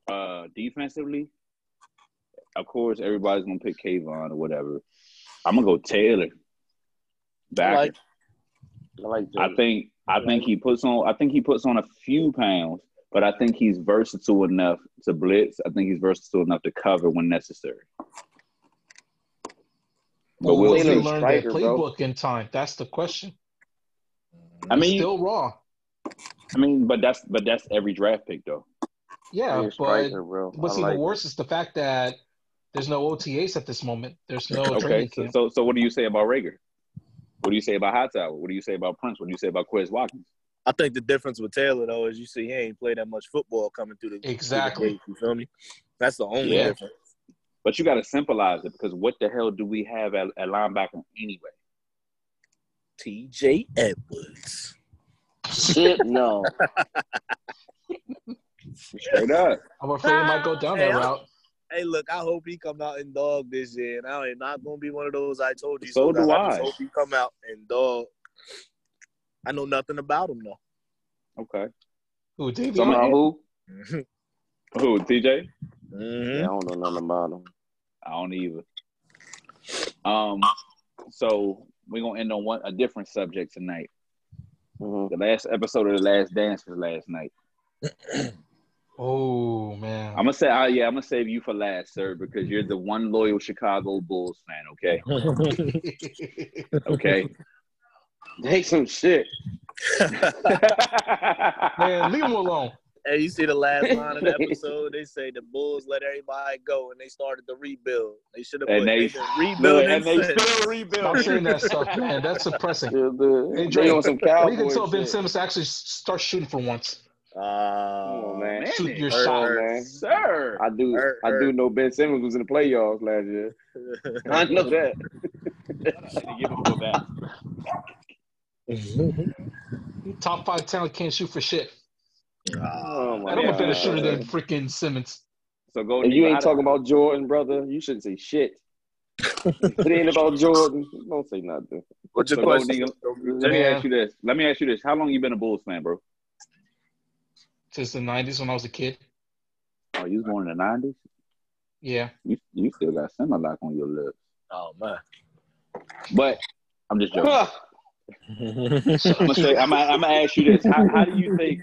Speaker 1: uh, defensively, of course, everybody's gonna pick Kayvon or whatever. I'm gonna go Taylor. Back.
Speaker 4: like-
Speaker 2: I like
Speaker 1: I
Speaker 2: Jalen.
Speaker 1: think I think he puts on I think he puts on a few pounds, but I think he's versatile enough to blitz. I think he's versatile enough to cover when necessary. But
Speaker 3: Or
Speaker 1: we'll
Speaker 3: will he
Speaker 1: see.
Speaker 2: Taylor's
Speaker 3: learn
Speaker 2: striker,
Speaker 3: their
Speaker 2: bro.
Speaker 3: playbook in time? That's the question.
Speaker 1: I
Speaker 3: He's
Speaker 1: mean,
Speaker 3: still raw.
Speaker 1: I mean, but that's but that's every draft pick though.
Speaker 3: Yeah,
Speaker 2: He's a
Speaker 3: but
Speaker 2: striker, bro. I
Speaker 3: What's
Speaker 2: like
Speaker 3: even
Speaker 2: him.
Speaker 3: worse is the fact that there's no OTAs at this moment. There's no
Speaker 1: Okay,
Speaker 3: Oh, training
Speaker 1: so,
Speaker 3: camp.
Speaker 1: so so what do you say about Rager? What do you say about Hightower? What do you say about Prince? What do you say about Quez Watkins?
Speaker 4: I think the difference with Taylor though is you see he ain't play that much football coming through the through the
Speaker 3: Exactly.
Speaker 4: gate, you feel me? That's the only
Speaker 1: Yeah.
Speaker 4: difference.
Speaker 1: But you got to symbolize it because what the hell do we have at, at linebacker anyway?
Speaker 4: T.J. Edwards.
Speaker 2: Shit, no.
Speaker 1: Straight up.
Speaker 3: I'm afraid it might go down that
Speaker 4: Yeah.
Speaker 3: route.
Speaker 4: Hey, look, I hope he come out and dog this year, and I ain't not gonna be one of those I told you.
Speaker 1: So
Speaker 4: so's.
Speaker 1: do
Speaker 4: just
Speaker 1: I.
Speaker 4: hope he come out and dog. I know nothing about him though.
Speaker 1: Okay.
Speaker 3: Ooh, Davion.
Speaker 1: So I'm
Speaker 2: About
Speaker 1: gonna-
Speaker 2: who?
Speaker 4: Mhm.
Speaker 1: who? TJ?
Speaker 2: Yeah, I
Speaker 1: Mm-hmm.
Speaker 4: Mhm.
Speaker 2: don't know nothing about him.
Speaker 1: I don't either. Um, so we're gonna end on one a different subject tonight.
Speaker 2: Mhm.
Speaker 1: The last episode of the Last Dance was last night.
Speaker 3: Oh man.
Speaker 1: I'm gonna say, uh, yeah, I'm gonna save you for last, sir, because you're the one loyal Chicago Bulls fan. Okay, okay.
Speaker 2: Take some shit.
Speaker 3: man, leave him alone.
Speaker 4: Hey, you see the last line of the episode? They say the Bulls let everybody go, and they started the rebuild. They should have
Speaker 1: And
Speaker 4: put
Speaker 1: they-
Speaker 4: they, been
Speaker 1: Look,
Speaker 4: rebuilding
Speaker 1: and they
Speaker 4: since.
Speaker 1: still
Speaker 3: Stop
Speaker 1: rebuild.
Speaker 3: saying that stuff, man. That's depressing.
Speaker 2: Yeah, dude.
Speaker 3: Hey,
Speaker 2: they
Speaker 3: Dre,
Speaker 2: on some
Speaker 3: Or you can
Speaker 2: cowboy
Speaker 3: tell Ben
Speaker 2: shit.
Speaker 3: Simmons to actually s- start shooting for once.
Speaker 4: Oh
Speaker 2: on, man.
Speaker 3: Shoot your
Speaker 1: Manage,
Speaker 2: Come
Speaker 3: shot.
Speaker 2: on, man.
Speaker 1: sir.
Speaker 2: I do.
Speaker 4: Hurt,
Speaker 2: I do
Speaker 4: hurt.
Speaker 2: know Ben Simmons was in the playoffs last year. I know that.
Speaker 1: I need to give him for that.
Speaker 3: Top five talent can't shoot for shit.
Speaker 2: Oh my
Speaker 3: And I'm a better
Speaker 2: God.
Speaker 3: shooter than freaking Simmons.
Speaker 1: So go.
Speaker 2: And you ain't
Speaker 1: Nevada.
Speaker 2: talking about Jordan, brother. You shouldn't say shit. it ain't about Jordan. Don't say nothing.
Speaker 4: What's your
Speaker 1: So go,
Speaker 4: question?
Speaker 1: nigga. Let me
Speaker 3: Yeah.
Speaker 1: ask you this. Let me ask you this. How long you been a Bulls fan, bro?
Speaker 3: Since the '90s when I was a kid.
Speaker 1: Oh, you was born in the nineties.
Speaker 3: Yeah.
Speaker 1: You you still got Similac on your lips.
Speaker 4: Oh man.
Speaker 1: But I'm just joking.
Speaker 2: Huh.
Speaker 1: I'm gonna say I'm, I'm gonna ask you this. How, how do you think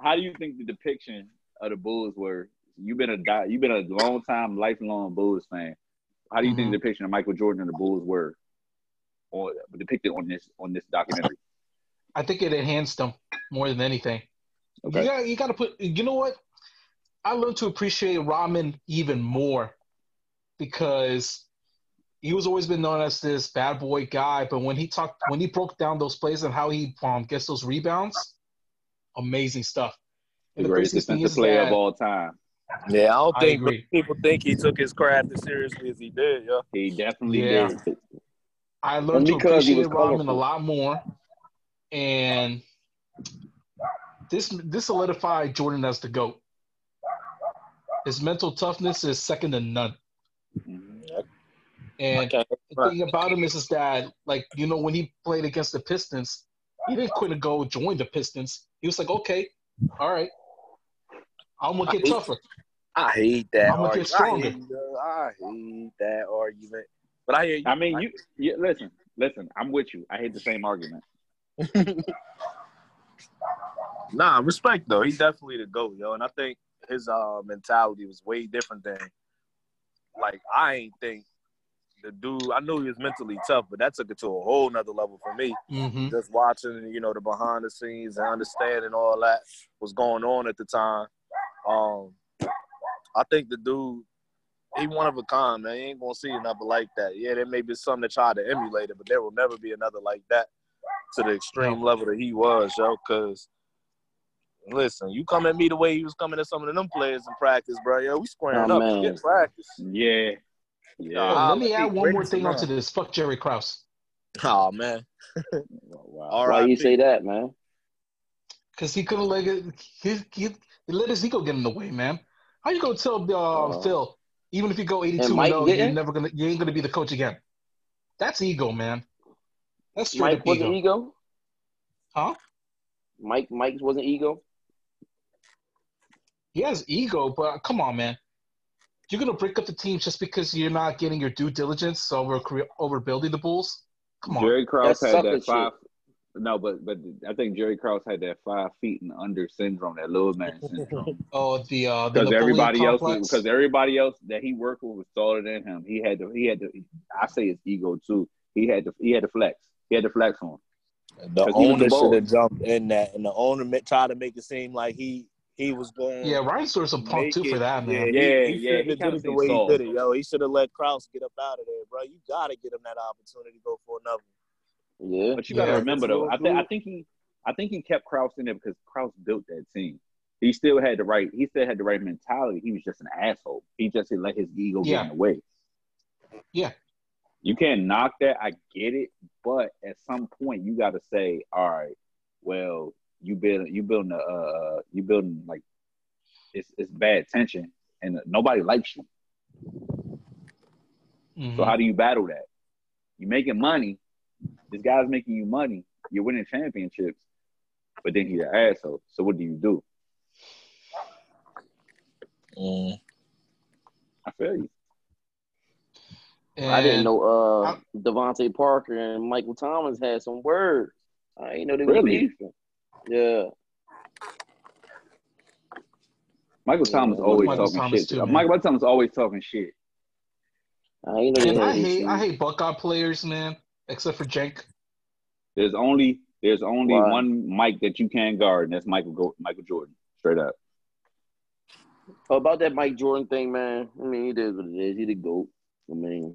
Speaker 1: how do you think the depiction of the Bulls were? You've been a di- you've been a long time lifelong Bulls fan. How do you think the depiction of Michael Jordan and the Bulls were on, depicted on this on this documentary?
Speaker 3: I think it enhanced them more than anything.
Speaker 1: Okay.
Speaker 3: You got you got to put. You know what? I learned to appreciate ramen even more because he was always been known as this bad boy guy. But when he talked, when he broke down those plays and how he um, gets those rebounds, amazing stuff.
Speaker 1: The
Speaker 3: And
Speaker 1: greatest
Speaker 3: craziest thing
Speaker 1: defensive
Speaker 3: is
Speaker 1: player
Speaker 3: that-
Speaker 1: of all time.
Speaker 4: Yeah, I don't
Speaker 3: I
Speaker 4: think
Speaker 3: agree.
Speaker 4: people think he took his craft as seriously as he did. Yeah.
Speaker 1: He definitely
Speaker 3: Yeah.
Speaker 1: did.
Speaker 3: I learned to
Speaker 2: And because he
Speaker 3: appreciate
Speaker 2: was
Speaker 3: ramen a
Speaker 2: colorful.
Speaker 3: lot more, and this this solidified Jordan as the goat. His mental toughness is second to none, and
Speaker 4: Okay.
Speaker 3: the thing about him is, is that like you know when he played against the Pistons, he didn't quit and go join the Pistons. He was like, okay, all right, I'm gonna get tougher.
Speaker 4: I hate that
Speaker 3: I'ma get
Speaker 4: argument.
Speaker 3: stronger.
Speaker 4: I hate, uh, I hate that argument. But I hear you.
Speaker 1: I mean, you, you listen, listen. I'm with you. I hate the same argument.
Speaker 4: Nah, respect though. He's definitely the goat, yo. And I think his uh, mentality was way different than like I ain't think the dude. I knew he was mentally tough, but that took it to a whole nother level for me.
Speaker 3: Mm-hmm.
Speaker 4: Just watching, you know, the behind the scenes and understanding all that was going on at the time. Um, I think the dude. He one of a kind, man. You ain't gonna see another like that. Yeah, there may be some that try to emulate it, but there will never be another like that to the extreme level that he was, yo. Cause listen, you come at me the way he was coming at some of them players in practice, bro. Yo, we squaring
Speaker 2: Oh,
Speaker 4: up.
Speaker 2: man.
Speaker 4: Get practice.
Speaker 1: Yeah. Yeah.
Speaker 2: Ah,
Speaker 4: Nah.
Speaker 3: let me add one more thing
Speaker 4: Nah.
Speaker 3: onto this. Fuck Jerry Krause,
Speaker 4: Oh man.
Speaker 1: Wow.
Speaker 4: All
Speaker 2: Why
Speaker 4: right.
Speaker 2: you say that, man?
Speaker 3: because he could have let it, he, he, he let his ego get in the way, man. How you gonna tell uh,
Speaker 2: Uh,
Speaker 3: Phil, even if you go 82
Speaker 2: and
Speaker 3: and
Speaker 2: Mike
Speaker 3: 0, you're
Speaker 2: didn't?
Speaker 3: never gonna, you ain't gonna be the coach again. That's ego, man. That's straight
Speaker 2: Mike
Speaker 3: up
Speaker 2: wasn't
Speaker 3: ego,
Speaker 2: ego.
Speaker 3: huh?
Speaker 2: Mike Mike's wasn't ego. e-,
Speaker 3: He has ego, but come on, man. You're gonna break up the team just because you're not getting your due diligence over cre- over building the Bulls? Come on.
Speaker 1: Jerry Krause
Speaker 2: That's
Speaker 1: had
Speaker 2: sucker
Speaker 1: that five. No, but but I think Jerry Krause had that five feet and under syndrome, that little man syndrome,
Speaker 3: Oh, the uh, the
Speaker 1: because
Speaker 3: Napoleon
Speaker 1: everybody else,
Speaker 3: complex.
Speaker 1: because everybody else that he worked with was taller than him. He had to, he had to. I say his ego too. He had to, he had to flex. He had to flex on.
Speaker 4: The
Speaker 1: 'Cause he was the
Speaker 4: owner should
Speaker 1: boss.
Speaker 4: have jumped in that, and the owner ma- tried to make it seem like he he was going.
Speaker 3: yeah, Ryan Store's a punk
Speaker 4: make
Speaker 3: too
Speaker 4: it-
Speaker 3: for that, man.
Speaker 1: Yeah,
Speaker 4: Yeah,
Speaker 1: yeah,
Speaker 4: he,
Speaker 1: he
Speaker 4: should have
Speaker 1: kinda
Speaker 4: did it the
Speaker 1: seemed
Speaker 4: way
Speaker 1: soft.
Speaker 4: he did it, yo. He should have let Kraus get up out of there, bro. You gotta get him that opportunity to go for another.
Speaker 2: Yeah.
Speaker 1: But you got to
Speaker 3: Yeah.
Speaker 1: remember though, I think I think he, I think he kept Krause in there because Krause built that team. He still had the right, he still had the right mentality. He was just an asshole. He just didn't let his ego
Speaker 3: Yeah.
Speaker 1: get in the way.
Speaker 3: Yeah.
Speaker 1: You can't knock that. I get it, but at some point you got to say, all right, well, you build, you building a, uh, you building like, it's it's bad tension, and nobody likes you.
Speaker 3: Mhm.
Speaker 1: So how do you battle that? You're making money. This guy's making you money. You're winning championships, but then he's an asshole. So what do you do?
Speaker 4: one.
Speaker 1: I feel you.
Speaker 2: I didn't
Speaker 3: And
Speaker 2: know uh
Speaker 3: I-
Speaker 2: Devontae Parker and Michael Thomas had some words. I didn't know they were
Speaker 1: Really?
Speaker 2: beefing. Yeah.
Speaker 1: Michael Thomas always
Speaker 3: Michael
Speaker 1: talking
Speaker 3: Thomas
Speaker 1: shit.
Speaker 3: too, man.
Speaker 1: Michael Thomas always talking shit.
Speaker 2: I ain't
Speaker 3: And
Speaker 2: never
Speaker 3: I
Speaker 2: heard this.
Speaker 3: hate I
Speaker 2: dude.
Speaker 3: hate Buckeye players, man. Except for Jake.
Speaker 1: There's only there's only
Speaker 2: Why?
Speaker 1: one Mike that you can guard, and that's Michael Go- Michael Jordan. Straight up.
Speaker 2: about that Mike Jordan thing, man. I mean, he did what it is. He the goat. I mean,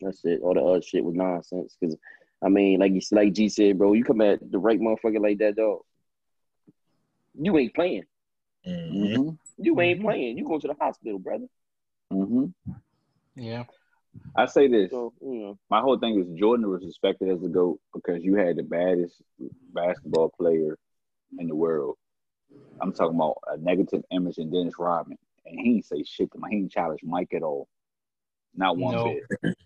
Speaker 2: that's it. All the other shit was nonsense. Cause I mean, like you like G said, bro, you come at the right motherfucker like that, dog. You ain't playing.
Speaker 3: Mm-hmm.
Speaker 4: Mm-hmm.
Speaker 5: Mhm.
Speaker 2: You ain't
Speaker 3: Mhm.
Speaker 2: playing. You go to the hospital, brother.
Speaker 1: Mm-hmm.
Speaker 3: Yeah.
Speaker 1: I say this.
Speaker 2: So you know,
Speaker 1: My whole thing is Jordan was respected as a goat because you had the baddest basketball player in the world. I'm talking about a negative image in Dennis Rodman, and he ain't say shit to Mike. He ain't challenge Mike at all. Not one
Speaker 3: No.
Speaker 1: bit.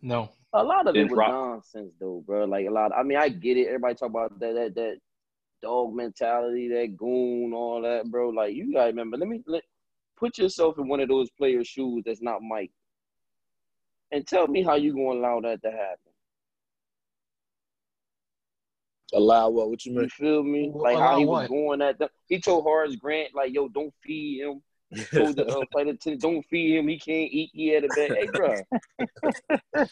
Speaker 3: No.
Speaker 2: a lot of it
Speaker 1: Dennis
Speaker 2: was
Speaker 1: Rod-
Speaker 2: nonsense, though, bro. Like a lot. I mean, I get it. Everybody talk about that that that dog mentality, that goon, all that, bro. Like you gotta remember. Let me let, put yourself in one of those players' shoes that's not Mike, and tell me how you gonna allow that to happen.
Speaker 5: Allow what? What you
Speaker 2: You
Speaker 5: mean?
Speaker 2: feel me?
Speaker 3: Well,
Speaker 2: Like how
Speaker 3: allow
Speaker 2: he was
Speaker 3: what?
Speaker 2: going at them. He told Horace Grant, like, yo, don't feed him. Told the uh, flight attendant, don't feed him. He can't eat. He had a bad. Hey, bro.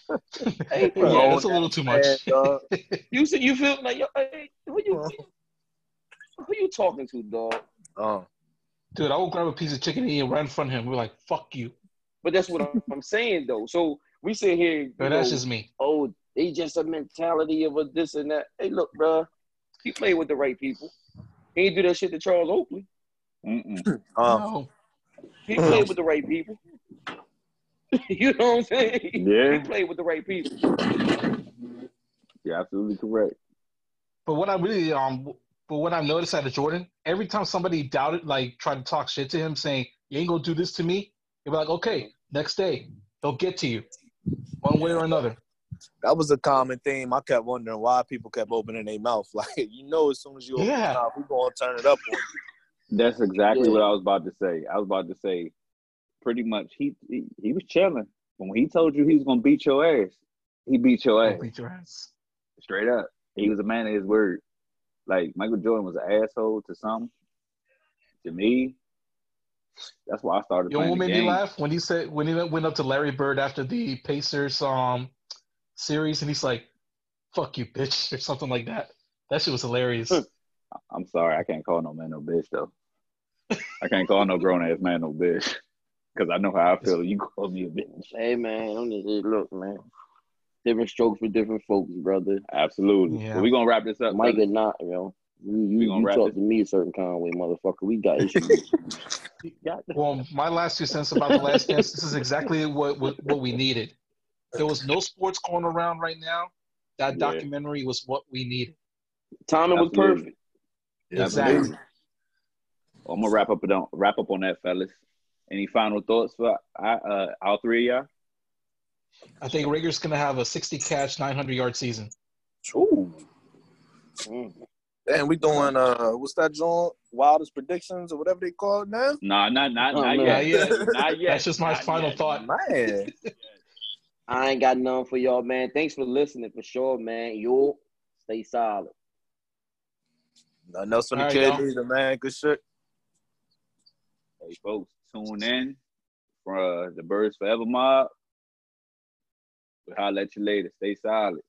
Speaker 2: Hey, bro.
Speaker 3: yeah, that's a little too much.
Speaker 5: Man, dog.
Speaker 2: You see, you feel like yo, hey, who you who you talking to, dog?
Speaker 5: Uh,
Speaker 3: Dude, I will grab a piece of chicken and eat it right in front of him. We're like, fuck you.
Speaker 2: But that's what I'm, I'm saying though. So we sit here, you
Speaker 3: But
Speaker 2: know,
Speaker 3: that's just me.
Speaker 2: oh, they just a mentality of a this and that. Hey, look, bro, he played with the right people. He ain't do that shit to Charles Oakley.
Speaker 1: Mm-mm.
Speaker 5: uh,
Speaker 4: um,
Speaker 3: no.
Speaker 2: He
Speaker 5: Mm.
Speaker 2: played with the right people. you know what I'm saying? He
Speaker 1: Yeah,
Speaker 2: played with the right people.
Speaker 1: you're absolutely correct.
Speaker 3: But what I really um but what I noticed out of Jordan, every time somebody doubted, like tried to talk shit to him saying, You ain't gonna do this to me, he'd be like, Okay, next day, they'll get to you. One way or another.
Speaker 5: that was a common theme. I kept wondering why people kept opening their mouth. Like you know, as soon as you open
Speaker 3: Yeah.
Speaker 5: your mouth, we gonna turn it up on you.
Speaker 1: That's exactly
Speaker 2: Yeah.
Speaker 1: what I was about to say. I was about to say, pretty much, he he, he was chilling. But when he told you he was gonna beat your ass, he beat your
Speaker 3: They'll
Speaker 1: ass
Speaker 3: beat your ass.
Speaker 1: straight up. He was a man of his word. Like Michael Jordan was an asshole to some, to me. That's why I started
Speaker 3: You know
Speaker 1: playing
Speaker 3: what
Speaker 1: the
Speaker 3: made me
Speaker 1: game.
Speaker 3: laugh? When he said when he went up to Larry Bird after the Pacers um series and he's like, Fuck you, bitch, or something like that. That shit was hilarious.
Speaker 1: I'm sorry, I can't call no man no bitch though. I can't call no grown ass man no bitch because I know how I feel. You call me a bitch,
Speaker 2: Hey, man, I'm just hey, look, man. Different strokes for different folks, brother.
Speaker 1: absolutely.
Speaker 3: Yeah.
Speaker 1: But we gonna wrap this up.
Speaker 2: Mike
Speaker 1: brother.
Speaker 2: or not, yo. You
Speaker 1: We
Speaker 2: you,
Speaker 1: gonna
Speaker 2: you
Speaker 1: wrap
Speaker 2: talk
Speaker 1: this-
Speaker 2: to me a certain kind of way, motherfucker. We got issues.
Speaker 3: Well, my last two cents about the last dance. This is exactly what what, what we needed. There was no sports going around right now. That
Speaker 1: Yeah.
Speaker 3: documentary was what we needed.
Speaker 2: Timing was
Speaker 1: Absolutely.
Speaker 2: perfect.
Speaker 3: Exactly.
Speaker 1: Well, I'm gonna wrap up on wrap up on that, fellas. Any final thoughts for I, uh, all three of y'all?
Speaker 3: I think Rager's gonna have a 60 catch, 900 yard season.
Speaker 5: Ooh.
Speaker 2: Mm.
Speaker 5: And we doing uh, what's that joint? Wildest predictions or whatever they call it now.
Speaker 1: Nah, not not
Speaker 2: Oh,
Speaker 1: not
Speaker 2: man.
Speaker 1: yet.
Speaker 3: Not
Speaker 5: yet.
Speaker 1: Not yet.
Speaker 3: That's just my
Speaker 1: Not
Speaker 3: final
Speaker 1: yet.
Speaker 3: thought.
Speaker 5: Man,
Speaker 2: I ain't got none for y'all, man. Thanks for listening for sure, man. Yo, stay solid.
Speaker 5: nothing else on the
Speaker 3: All right,
Speaker 5: kid
Speaker 3: y'all.
Speaker 5: either, man. Good shit.
Speaker 1: Hey, folks, tune in for uh, the Birds Forever Mob. We'll holler at you later. Stay solid.